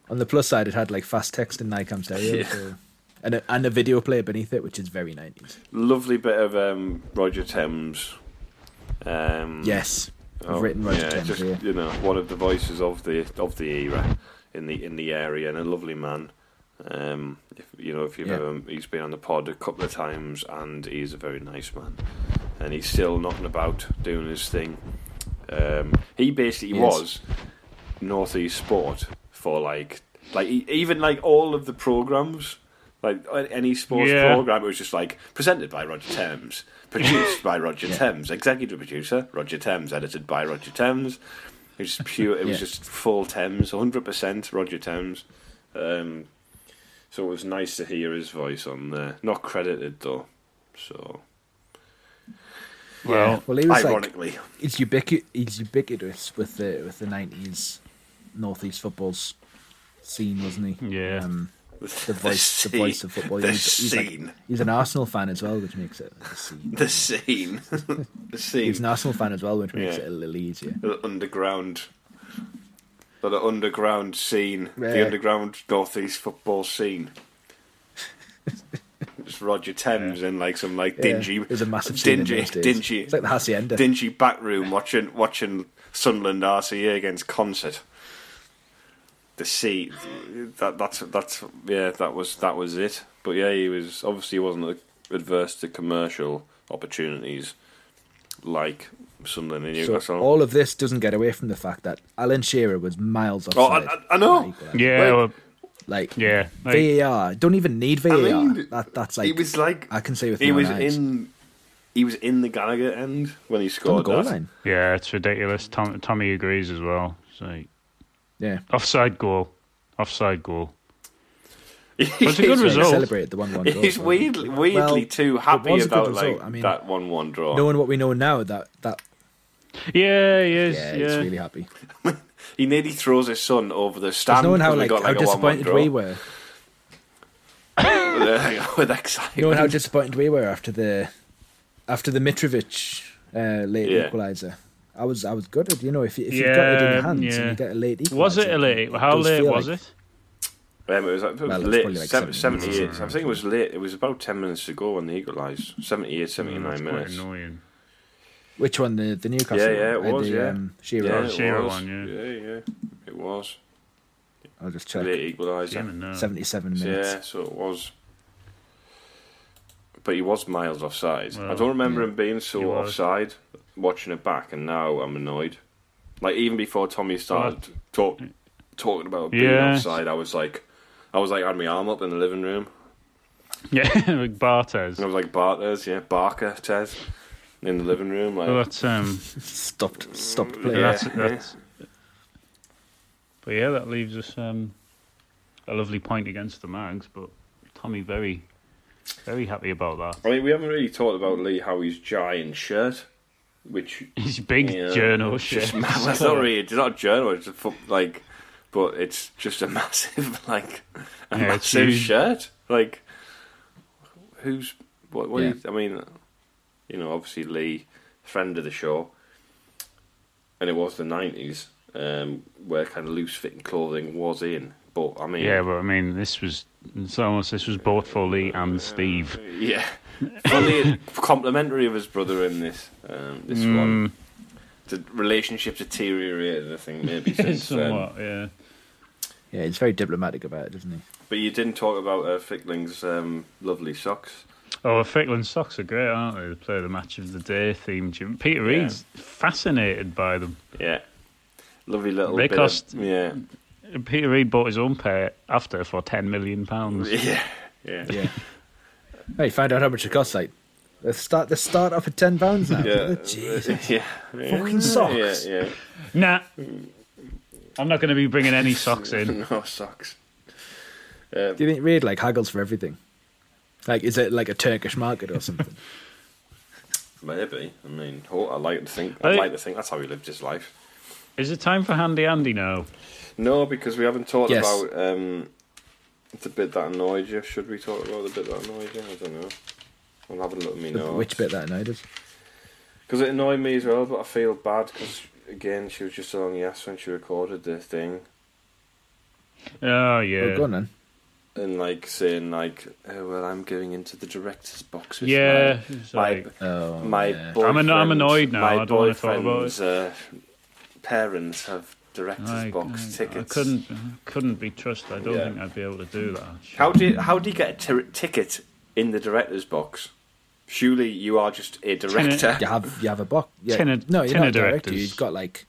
On the plus side, it had like fast text and Nikon stereo, so- and a, and a video player beneath it, which is very 90s. Lovely bit of um, Roger Thames. Um, Yes, I've oh, written Roger yeah, Thames just, here. You know, one of the voices of the of the era in the in the area, and a lovely man. Um, if, you know, if you've Yeah. ever, um, he's been on the pod a couple of times, and he's a very nice man, and he's still knocking about doing his thing. Um, he basically Yes. was northeast sport for like like e- even like all of the programs like a- any sports Yeah. program it was just like presented by roger thames produced by roger thames executive producer roger thames edited by roger thames it was just pure it was Yeah. just full thames 100% roger thames um, so it was nice to hear his voice on there not credited though so Well, Well, he was like ironically he's, ubiqui- he's ubiquitous with the with the 90s northeast football s- scene, wasn't he? Yeah. Um, the voice, the, scene- voice of football. the he's, he's, like- scene. he's an Arsenal fan as well, which makes it the scene. the scene the scene He's an Arsenal fan as well, which makes Yeah. it a little easier. the underground the little underground scene the Yeah. underground northeast football scene it's Roger Thames in like some like dingy yeah, there's a massive scene in dingy those days. dingy It's like the hacienda. dingy back room watching watching Sunderland RCA against concert the seat that that's that's yeah that was that was it but yeah he was obviously he wasn't adverse to commercial opportunities like Sunderland and So Newcastle all of this doesn't get away from the fact that Alan Shearer was miles Oh, offside. uh, I, I, I know. yeah, Right. well, like yeah. like- VAR. Don't even need VAR. mean, that, that's like he was like I can say with he my was eyes. in he was in the Gallagher end when on he the scored goal that. line. yeah, it's ridiculous. Tom, Tommy agrees as well. It's like, Yeah, offside goal, offside goal. it's a good He's- result. Celebrate the one-one draw. He's so- weirdly, weirdly Well, too it happy was a good about result. like I mean, that one-one draw. knowing what we know now, that that Yeah, he is. yeah, Yeah, he's really happy. he nearly throws his son over the Just stand. knowing how 'cause we like, got, how like, a one-one disappointed draw. we were, with excitement. knowing how disappointed we were after the after the Mitrovic uh, late Yeah. equaliser. I was I was gutted, you know. If, you- if you've got it in Yeah, your hands and yeah. you get a late equaliser, Was it a late? How does late feel was like- it? Um, it was, it was Well, it was late, probably like seven- 70 minutes. 78. I think it was late. It was about 10 minutes to go when they equalised. 78, 79 Mm, That's quite minutes. annoying. Which one? The the Newcastle? Yeah, yeah, it one? Uh, was, The, yeah. Um, Yeah, Shearer. it Shearer was. one, yeah. yeah, yeah. It was. I'll just check. Late equaliser. Damn it, no. Seventy-seven So, minutes. Yeah, so it was. But he was miles offside. I Well, don't remember him being he so was. offside watching it back, and now I'm annoyed. Like, even before Tommy started talk, talking about being Yeah. offside, I was like, I was like, I had my arm up in the living room. Yeah, like Bartes. And I was like, Bartez, yeah, Barker, Tez, in the living room. Like, Well, that's um, Stopped stopped Yeah. playing. that's yeah. that's. But yeah, that leaves us um, a lovely point against the Mags. But Tommy very, very happy about that. I mean, we haven't really talked about Lee Howie's giant shirt, which His big Yeah. journal it's just shit. ma- well, it's not really it's not a journal. It's a fu- like, but it's just a massive like a Yeah, it's massive huge. shirt. Like, who's what? what do Yeah. you, I mean, you know, obviously Lee, friend of the show, and it was the nineties um, where kind of loose fitting clothing was in. But I mean, Yeah, but I mean, this was it's almost this was both for Lee and Steve. Yeah. Fully complimentary of his brother in this um, this Mm. one. The relationship deteriorated, I think, maybe since then. Somewhat, yeah. Yeah, he's very diplomatic about it, isn't he? But you didn't talk about uh, Fickling's um, lovely socks. Oh, Fickland socks are great, aren't they? They play the match of the day theme tune. Peter Reid's fascinated by them. Yeah. Lovely little They bit of- cost- yeah. Peter Reid bought his own pair after for ten million pounds. yeah. Yeah. Yeah. Yeah. hey, find out how much it costs. Like, let's start let's start off at ten pounds now. Oh, Yeah. Jeez. yeah. Fucking socks. Yeah, yeah. Nah, I'm not going to be bringing any socks in. No socks. Do you think Reid like haggles for everything? Like, is it like a Turkish market or something? Maybe. I mean, ho- I like to think. I I think- like to think that's how he lived his life. Is it time for Handy Andy now? No, because we haven't talked Yes. about um, the bit that annoyed you. Should we talk about the bit that annoyed you? I don't know. I'll have a look at me notes. Which bit that annoyed us? Because it annoyed me as well, but I feel bad because, again, she was just on the ass when she recorded the thing. Oh Oh, go yeah, on then. And, like, saying, like, oh, well, I'm going into the director's box. with yeah. my- it's My, like- Oh, my yeah. boyfriend, I'm an- I'm annoyed now, My I don't wanna talk about it. boyfriend's uh, parents have director's I, box I- I tickets. couldn't couldn't be trusted. I don't Yeah. think I'd be able to do that. actually. How do you, how do you get a tir- ticket in the director's box? Surely you are just a director. You have you have a box. Yeah. Tenor- no, you're tenor not a director. directors. You've got like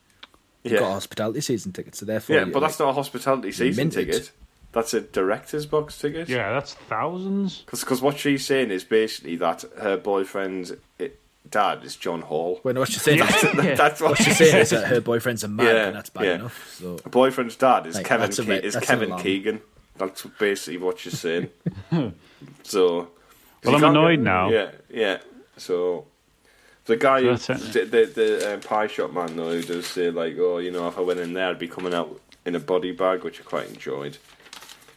you've Yeah. got a hospitality season ticket, so therefore Yeah, you- but that's like, not a hospitality season minted. ticket. That's a director's box ticket. Yeah, that's thousands. Because what she's saying is basically that her boyfriend's i dad is John Hall. Well, no, what she's saying. Is, Yeah. That's what she's she's saying is that her boyfriend's a man, Yeah, and that's bad yeah. enough. So Her boyfriend's dad is Like, Kevin that's a Ke- bit- is that's an Kevin alarm. Keegan. That's basically what she's saying. so, 'cause Well, you I'm can't annoyed get- now. Yeah, yeah. So, the guy, who, So that's the the, the um, pie shop man though, who does say like, oh, you know, if I went in there, I'd be coming out in a body bag, which I quite enjoyed.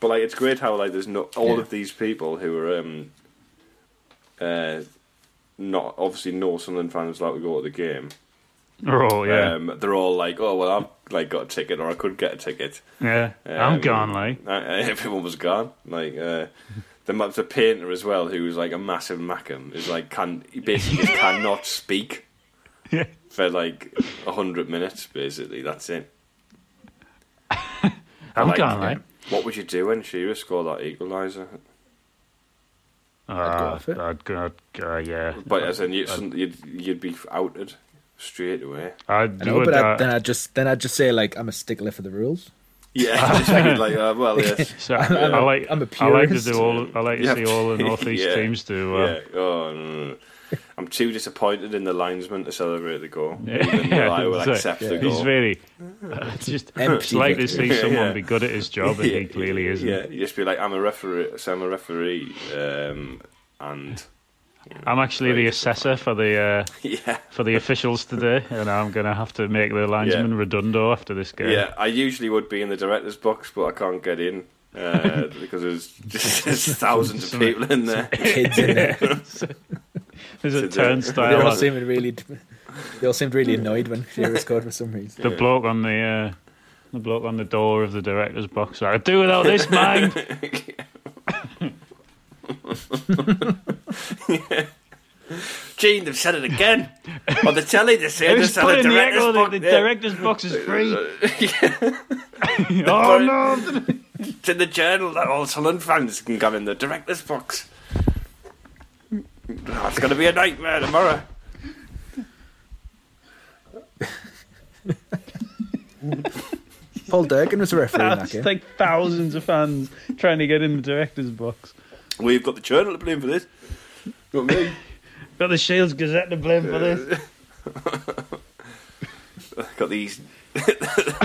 But like, it's great how like there's no all Yeah. of these people who are um uh not obviously no Sunderland fans like to go to the game. Oh yeah, Um, they're all like, oh well, I've like got a ticket or I could get a ticket. yeah. I'm Um, gone, like. uh, everyone was gone. Like uh, the ma- the painter as well, who was like a massive Macam, is like can he basically just cannot speak Yeah. for like hundred minutes. Basically, that's it. I'm Like, gone, like. What would you do when Shearer scored that equaliser? go Ah, off it. I'd go. I'd, uh, yeah, But as in, you'd, Uh, you'd you'd be outed straight away. I'd I do know, it. but I, that. then I just then I just say like I'm a stickler for the rules. Yeah, just make it like, uh, well, yes. So i like I'm a I like to purist. do all I like to Yeah. see all the northeast Yeah. teams do. Uh, yeah. Oh, no, no, no. I'm too disappointed in the linesman to celebrate the goal. Yeah. Even though I will So, accept He's the goal. really it's just it's Empty like to victory. see Yeah, someone yeah. be good at his job, and he clearly isn't. Yeah, you just be like, I'm a referee. So I'm a referee, um, and I'm actually the assessor for the uh, yeah, for the officials today, and I'm gonna have to make the linesman redundo after this game. yeah. I usually would be in the director's box, but I can't get in uh, because there's just there's thousands of people in there. Kids in there. There's a They Today. turnstile. all at- seemed really. They all seemed really annoyed when Shearer scored for some reason. the bloke on the uh, the bloke on the door of the director's box. I do without this mind. Gene, they've said it again on the telly. They say Who's it's on the putting the director's echo? box. The, the Yeah. director's box is free. Oh oh no! It's in the journal that all Sunderland fans can come in the director's box. Oh, it's going to be a nightmare tomorrow. Paul Durkin was a referee in that That's game. like thousands of fans trying to get in the director's box. We've got the journal to blame for this. Not me. Got the Shields Gazette to blame for this. got these. the,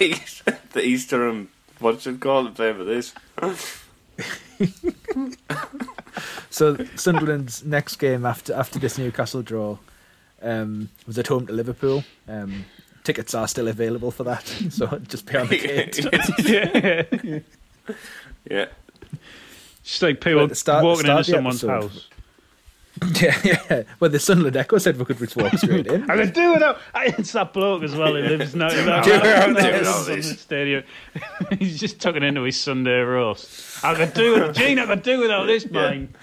East, the Easter and what's it called? to blame for this. So Sunderland's next game after after this Newcastle draw um, was at home to Liverpool. Um, tickets are still available for that, so just be on the gate. yeah, Yeah. just like people Like, start- walking start into the someone's episode. house. yeah, yeah. Well, the Sunderland Echo said we could just walk straight in. I can do it now. It's that bloke as well who lives now. now- Do it now- now, now- do now- it now, on the this. stadium. He's just tucking into his Sunday roast. I could do it, Gene. I could do without this, Yeah. man.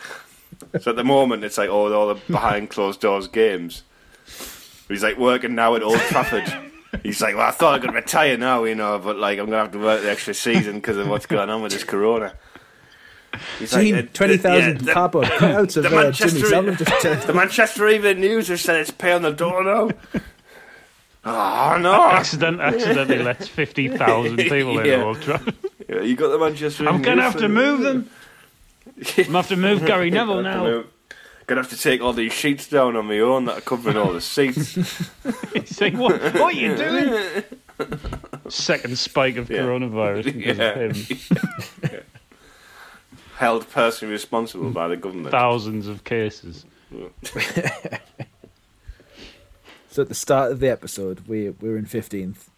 So at the moment, it's like all, all the behind closed doors games. He's like working now at Old Trafford. He's like, well, I thought I could retire now, you know, but like I'm gonna have to work the extra season because of what's going on with this corona. He's Gene, uh, twenty thousand yeah, the- cardboard cutouts of the uh, Jimmy's Manchester- album just turned. The Manchester Evening News has said it's pay on the door now. oh no! Accident, accidentally lets fifty thousand people in Yeah. Old Trafford. Yeah, You got the Manchester. I'm Evening gonna News have to for- move them. I'm gonna have to move Gary Neville Gonna have to now. move- Gonna have to take all these sheets down on my own that are covering all the seats. It's like, what, what are you doing? Second spike of Yeah. coronavirus because Yeah. of him. Held personally responsible by the government. Thousands of cases. So at the start of the episode, we we were in fifteenth.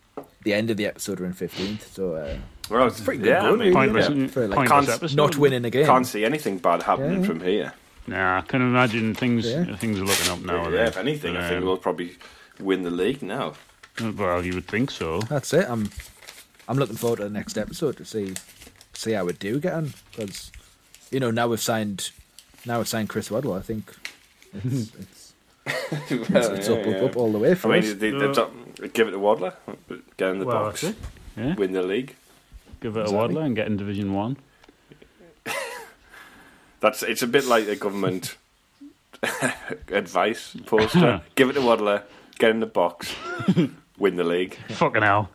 The end of the episode, we're in fifteenth. So uh, Well, it's pretty good goal, really, Pointless, mm, yeah. For, like, pointless Can't- episode. not winning again. Can't see anything bad happening Yeah. from here. Nah, I can imagine things. Yeah. Things are looking up now. yeah, if anything, I think we'll probably win the league now. Well, you would think so. That's it. I'm I'm looking forward to the next episode to see see how we do get on because you know now we've signed now we've signed Chris Waddle. I think it's it's, it's, it's up, up up all the way I for mean, us. they, they, they give it to Waddler, get in the Well, box, that's Yeah. win the league. Give it Exactly. a waddler and get in Division One. That's it's a bit like the government advice poster. give it to Waddler, get in the box, win the league. Fucking hell!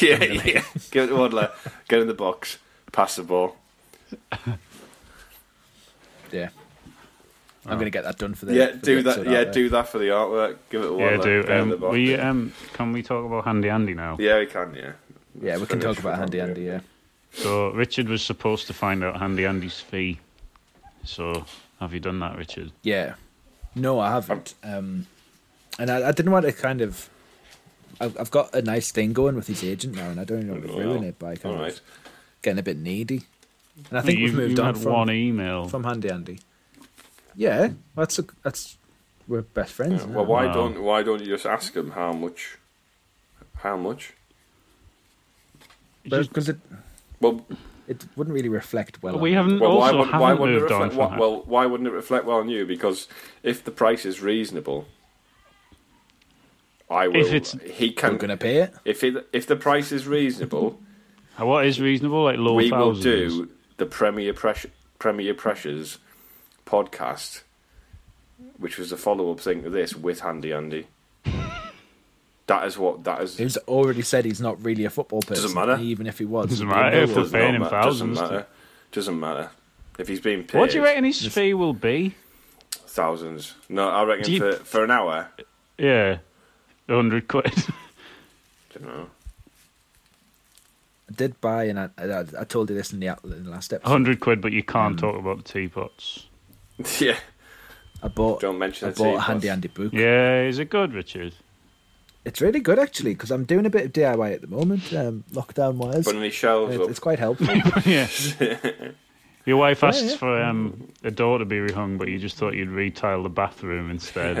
Yeah, yeah. Give it to Waddler, get in the box, pass the ball. Yeah, I'm gonna get that done for the yeah, for the do that. episode Yeah, out there. do that for the artwork. Give it to Yeah, Waddler. do. get in the Um, box. we um, can we talk about Handy Andy now? Yeah, we can. Yeah. Yeah, we can Finish talk about with Handy Andy. Andy. Yeah, So Richard was supposed to find out Handy Andy's fee. So have you done that, Richard? yeah. No, I haven't. Um, and I, I didn't want to kind of. I've I've got a nice thing going with his agent now, and I don't even want to Well, ruin it by kind All of right. getting a bit needy. And I think you, we've moved you on had from one email. from Handy Andy. Yeah, that's a, that's we're best friends. now. Well, why Wow. don't why don't you just ask him how much? How much? But- 'cause it Well, it wouldn't really reflect well. we on haven't well why, also would, haven't why wouldn't it moved on reflect? from Well, that. well, why wouldn't it reflect well on you? Because if the price is reasonable, I will. If it's- he them. can. we're gonna pay it. If it, if the price is reasonable, Uh, What is reasonable? Like low we will thousands. do the Premier Pressure Premier Pressures podcast, which was a follow up thing to this with Handy Andy. That is what that is. Who's already said he's not really a football person? Doesn't matter. Even if he was, Doesn't he'd be matter a if millwall. they're paying him ma- doesn't thousands. matter. Doesn't matter. If he's being paid What do you reckon his fee will be? thousands. No, I reckon Do you- for, for an hour. Yeah, hundred quid. I don't know. I did buy, and I, I, I told you this in the, out- in the last episode. hundred quid, but you can't talk about the teapots. yeah. I bought. Don't mention I the bought a teapots. handy handy book. Yeah, is it good, Richard? It's really good actually because I'm doing a bit of DIY at the moment, um, lockdown wise. Putting his shelves It's, up. it's quite helpful. yeah. Your wife asked yeah. for um, a door to be rehung, but you just thought you'd retile the bathroom instead.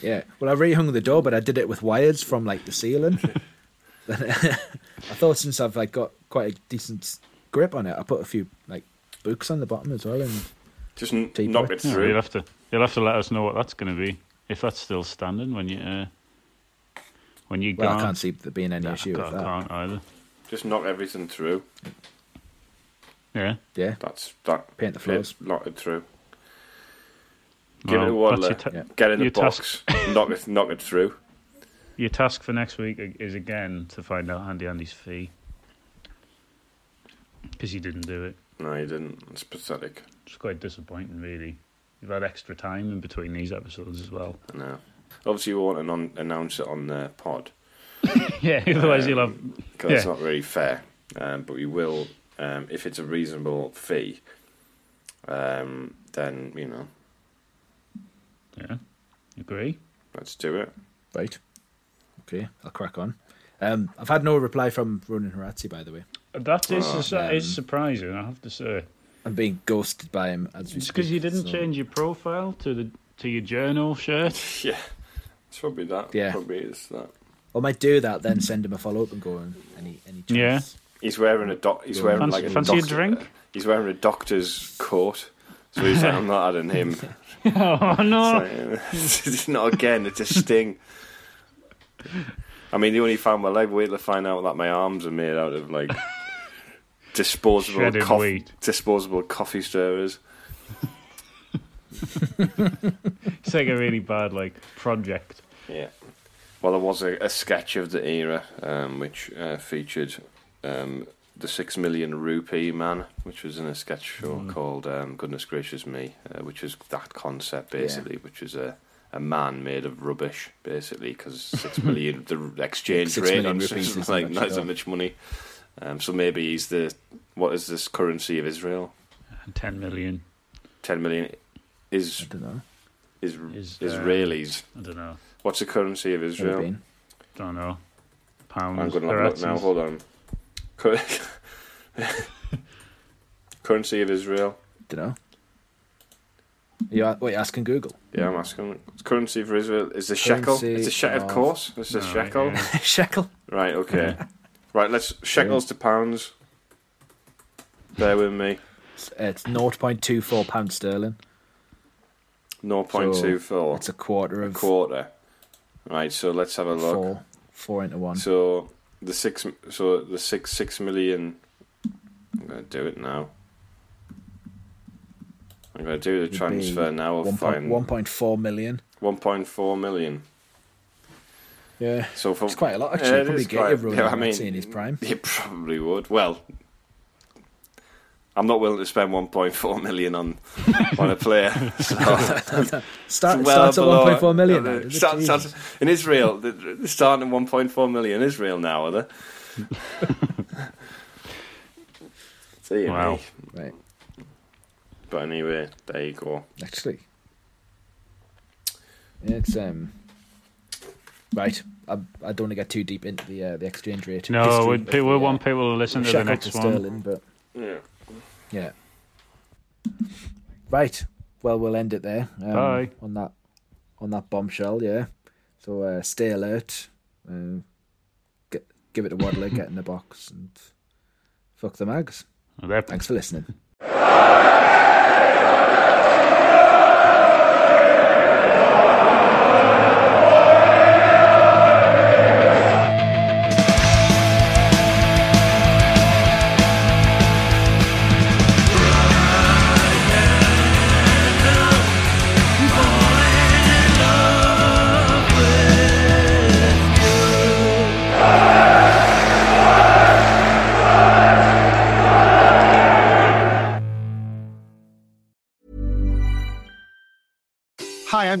Yeah. yeah. Well, I rehung the door, but I did it with wires from like the ceiling. Then I thought since I've like got quite a decent grip on it, I put a few like books on the bottom as well. And Just n- Teapot. knock it Yeah, through. you'll have to you'll have to let us know what that's going to be if that's still standing when you uh, when you well, go. I can't see there being any I issue with can't- that. can't either. Just knock everything through. Yeah. Yeah. That's that. Paint the floors. It's Knock it through. Give it Well, a waddler. that's your ta- Get in the your box. knock it. Knock it through. Your task for next week is again to find out Andy Andy's fee because you didn't do it. No, you didn't. It's pathetic. It's quite disappointing, really. You've had extra time in between these episodes as well. No. Obviously, we won't anon- announce it on the pod Yeah, otherwise you'll have. because it's Yeah. not really fair. Um, but we will, um, if it's a reasonable fee, um, then you know, Yeah, agree. let's do it. Right. Okay, I'll crack on. Um, I've had no reply from Ronan Harazzi, by the way. That is Oh, is is surprising, I have to say. I'm being ghosted by him. As we It's speak, because you didn't so- change your profile to the to your journal shirt. Yeah, it's probably that. Yeah. probably is that. I might do that, then send him a follow up and go on any any chance. Yeah. He's wearing a doc. He's Yeah. wearing Fancy- like a fancy a doctor- drink? He's wearing a doctor's coat. So he's like, I'm not adding him. It's Oh no! like, it's not again. It's a sting. I mean, the only found my leg. Wait till I find out that my arms are made out of like disposable Shredded coff- wheat. disposable coffee stirrers. It's like a really bad like project. Yeah. Well, there was a, a sketch of the era um, which uh, featured um, the six million rupee man, which was in a sketch show Mm. called um, Goodness Gracious Me, uh, which is that concept basically, which is a, a man made of rubbish basically because six million the exchange Six rate million on rupees is isn't like much not at that all. much money. Um, so maybe he's the what is this currency of Israel? And Ten million. Ten million is I don't know. is, Is, uh, Israelis. I don't know. What's the currency of Could have Israel? been. Don't know. Pounds. I'm going to look now. Peretz. Hold on. Cur- Currency of Israel. Don't know. Are you, what are you asking Google? Yeah, I'm asking. Currency for Israel is the shekel. Currency It's a shekel, of- of course. It's a All right, shekel. yeah. Shekel. Right. Okay. right. Let's shekels to pounds. Bear with me. It's, it's 0.24 pounds sterling. Zero point two four. It's a quarter of quarter. Right. So let's have a look. four. Four into one. So the six. So the six six million. I'm gonna do it now. I'm gonna do the be transfer now. I'll One point- find 1.4 million. One point four million. Yeah. So for, It's quite a lot, actually. Yeah, it Probably is get quite- you Ronan yeah, Harazzi in his prime. It probably would. Well, I'm not willing to spend one point four million on on a player. So Start, well starts at below- 1.4 million. Yeah, now, the- does it? start- start- Jesus. in Israel, the- the- they're starting at one point four million in Israel now, are they? See you, Wow. mate. Right. But anyway, there you go. Actually, it's um right. I, I don't want to get too deep into the uh, the exchange rate. No, history we of pe- we the, want uh, people to listen to the shekel next to one. Sterling, but Yeah. yeah. Right. Well, we'll end it there. Um, Bye. On that, on that bombshell. Yeah. So uh, stay alert. Uh, get, give it a waddler. get in the box and fuck the mags. They're Thanks for listening. I'm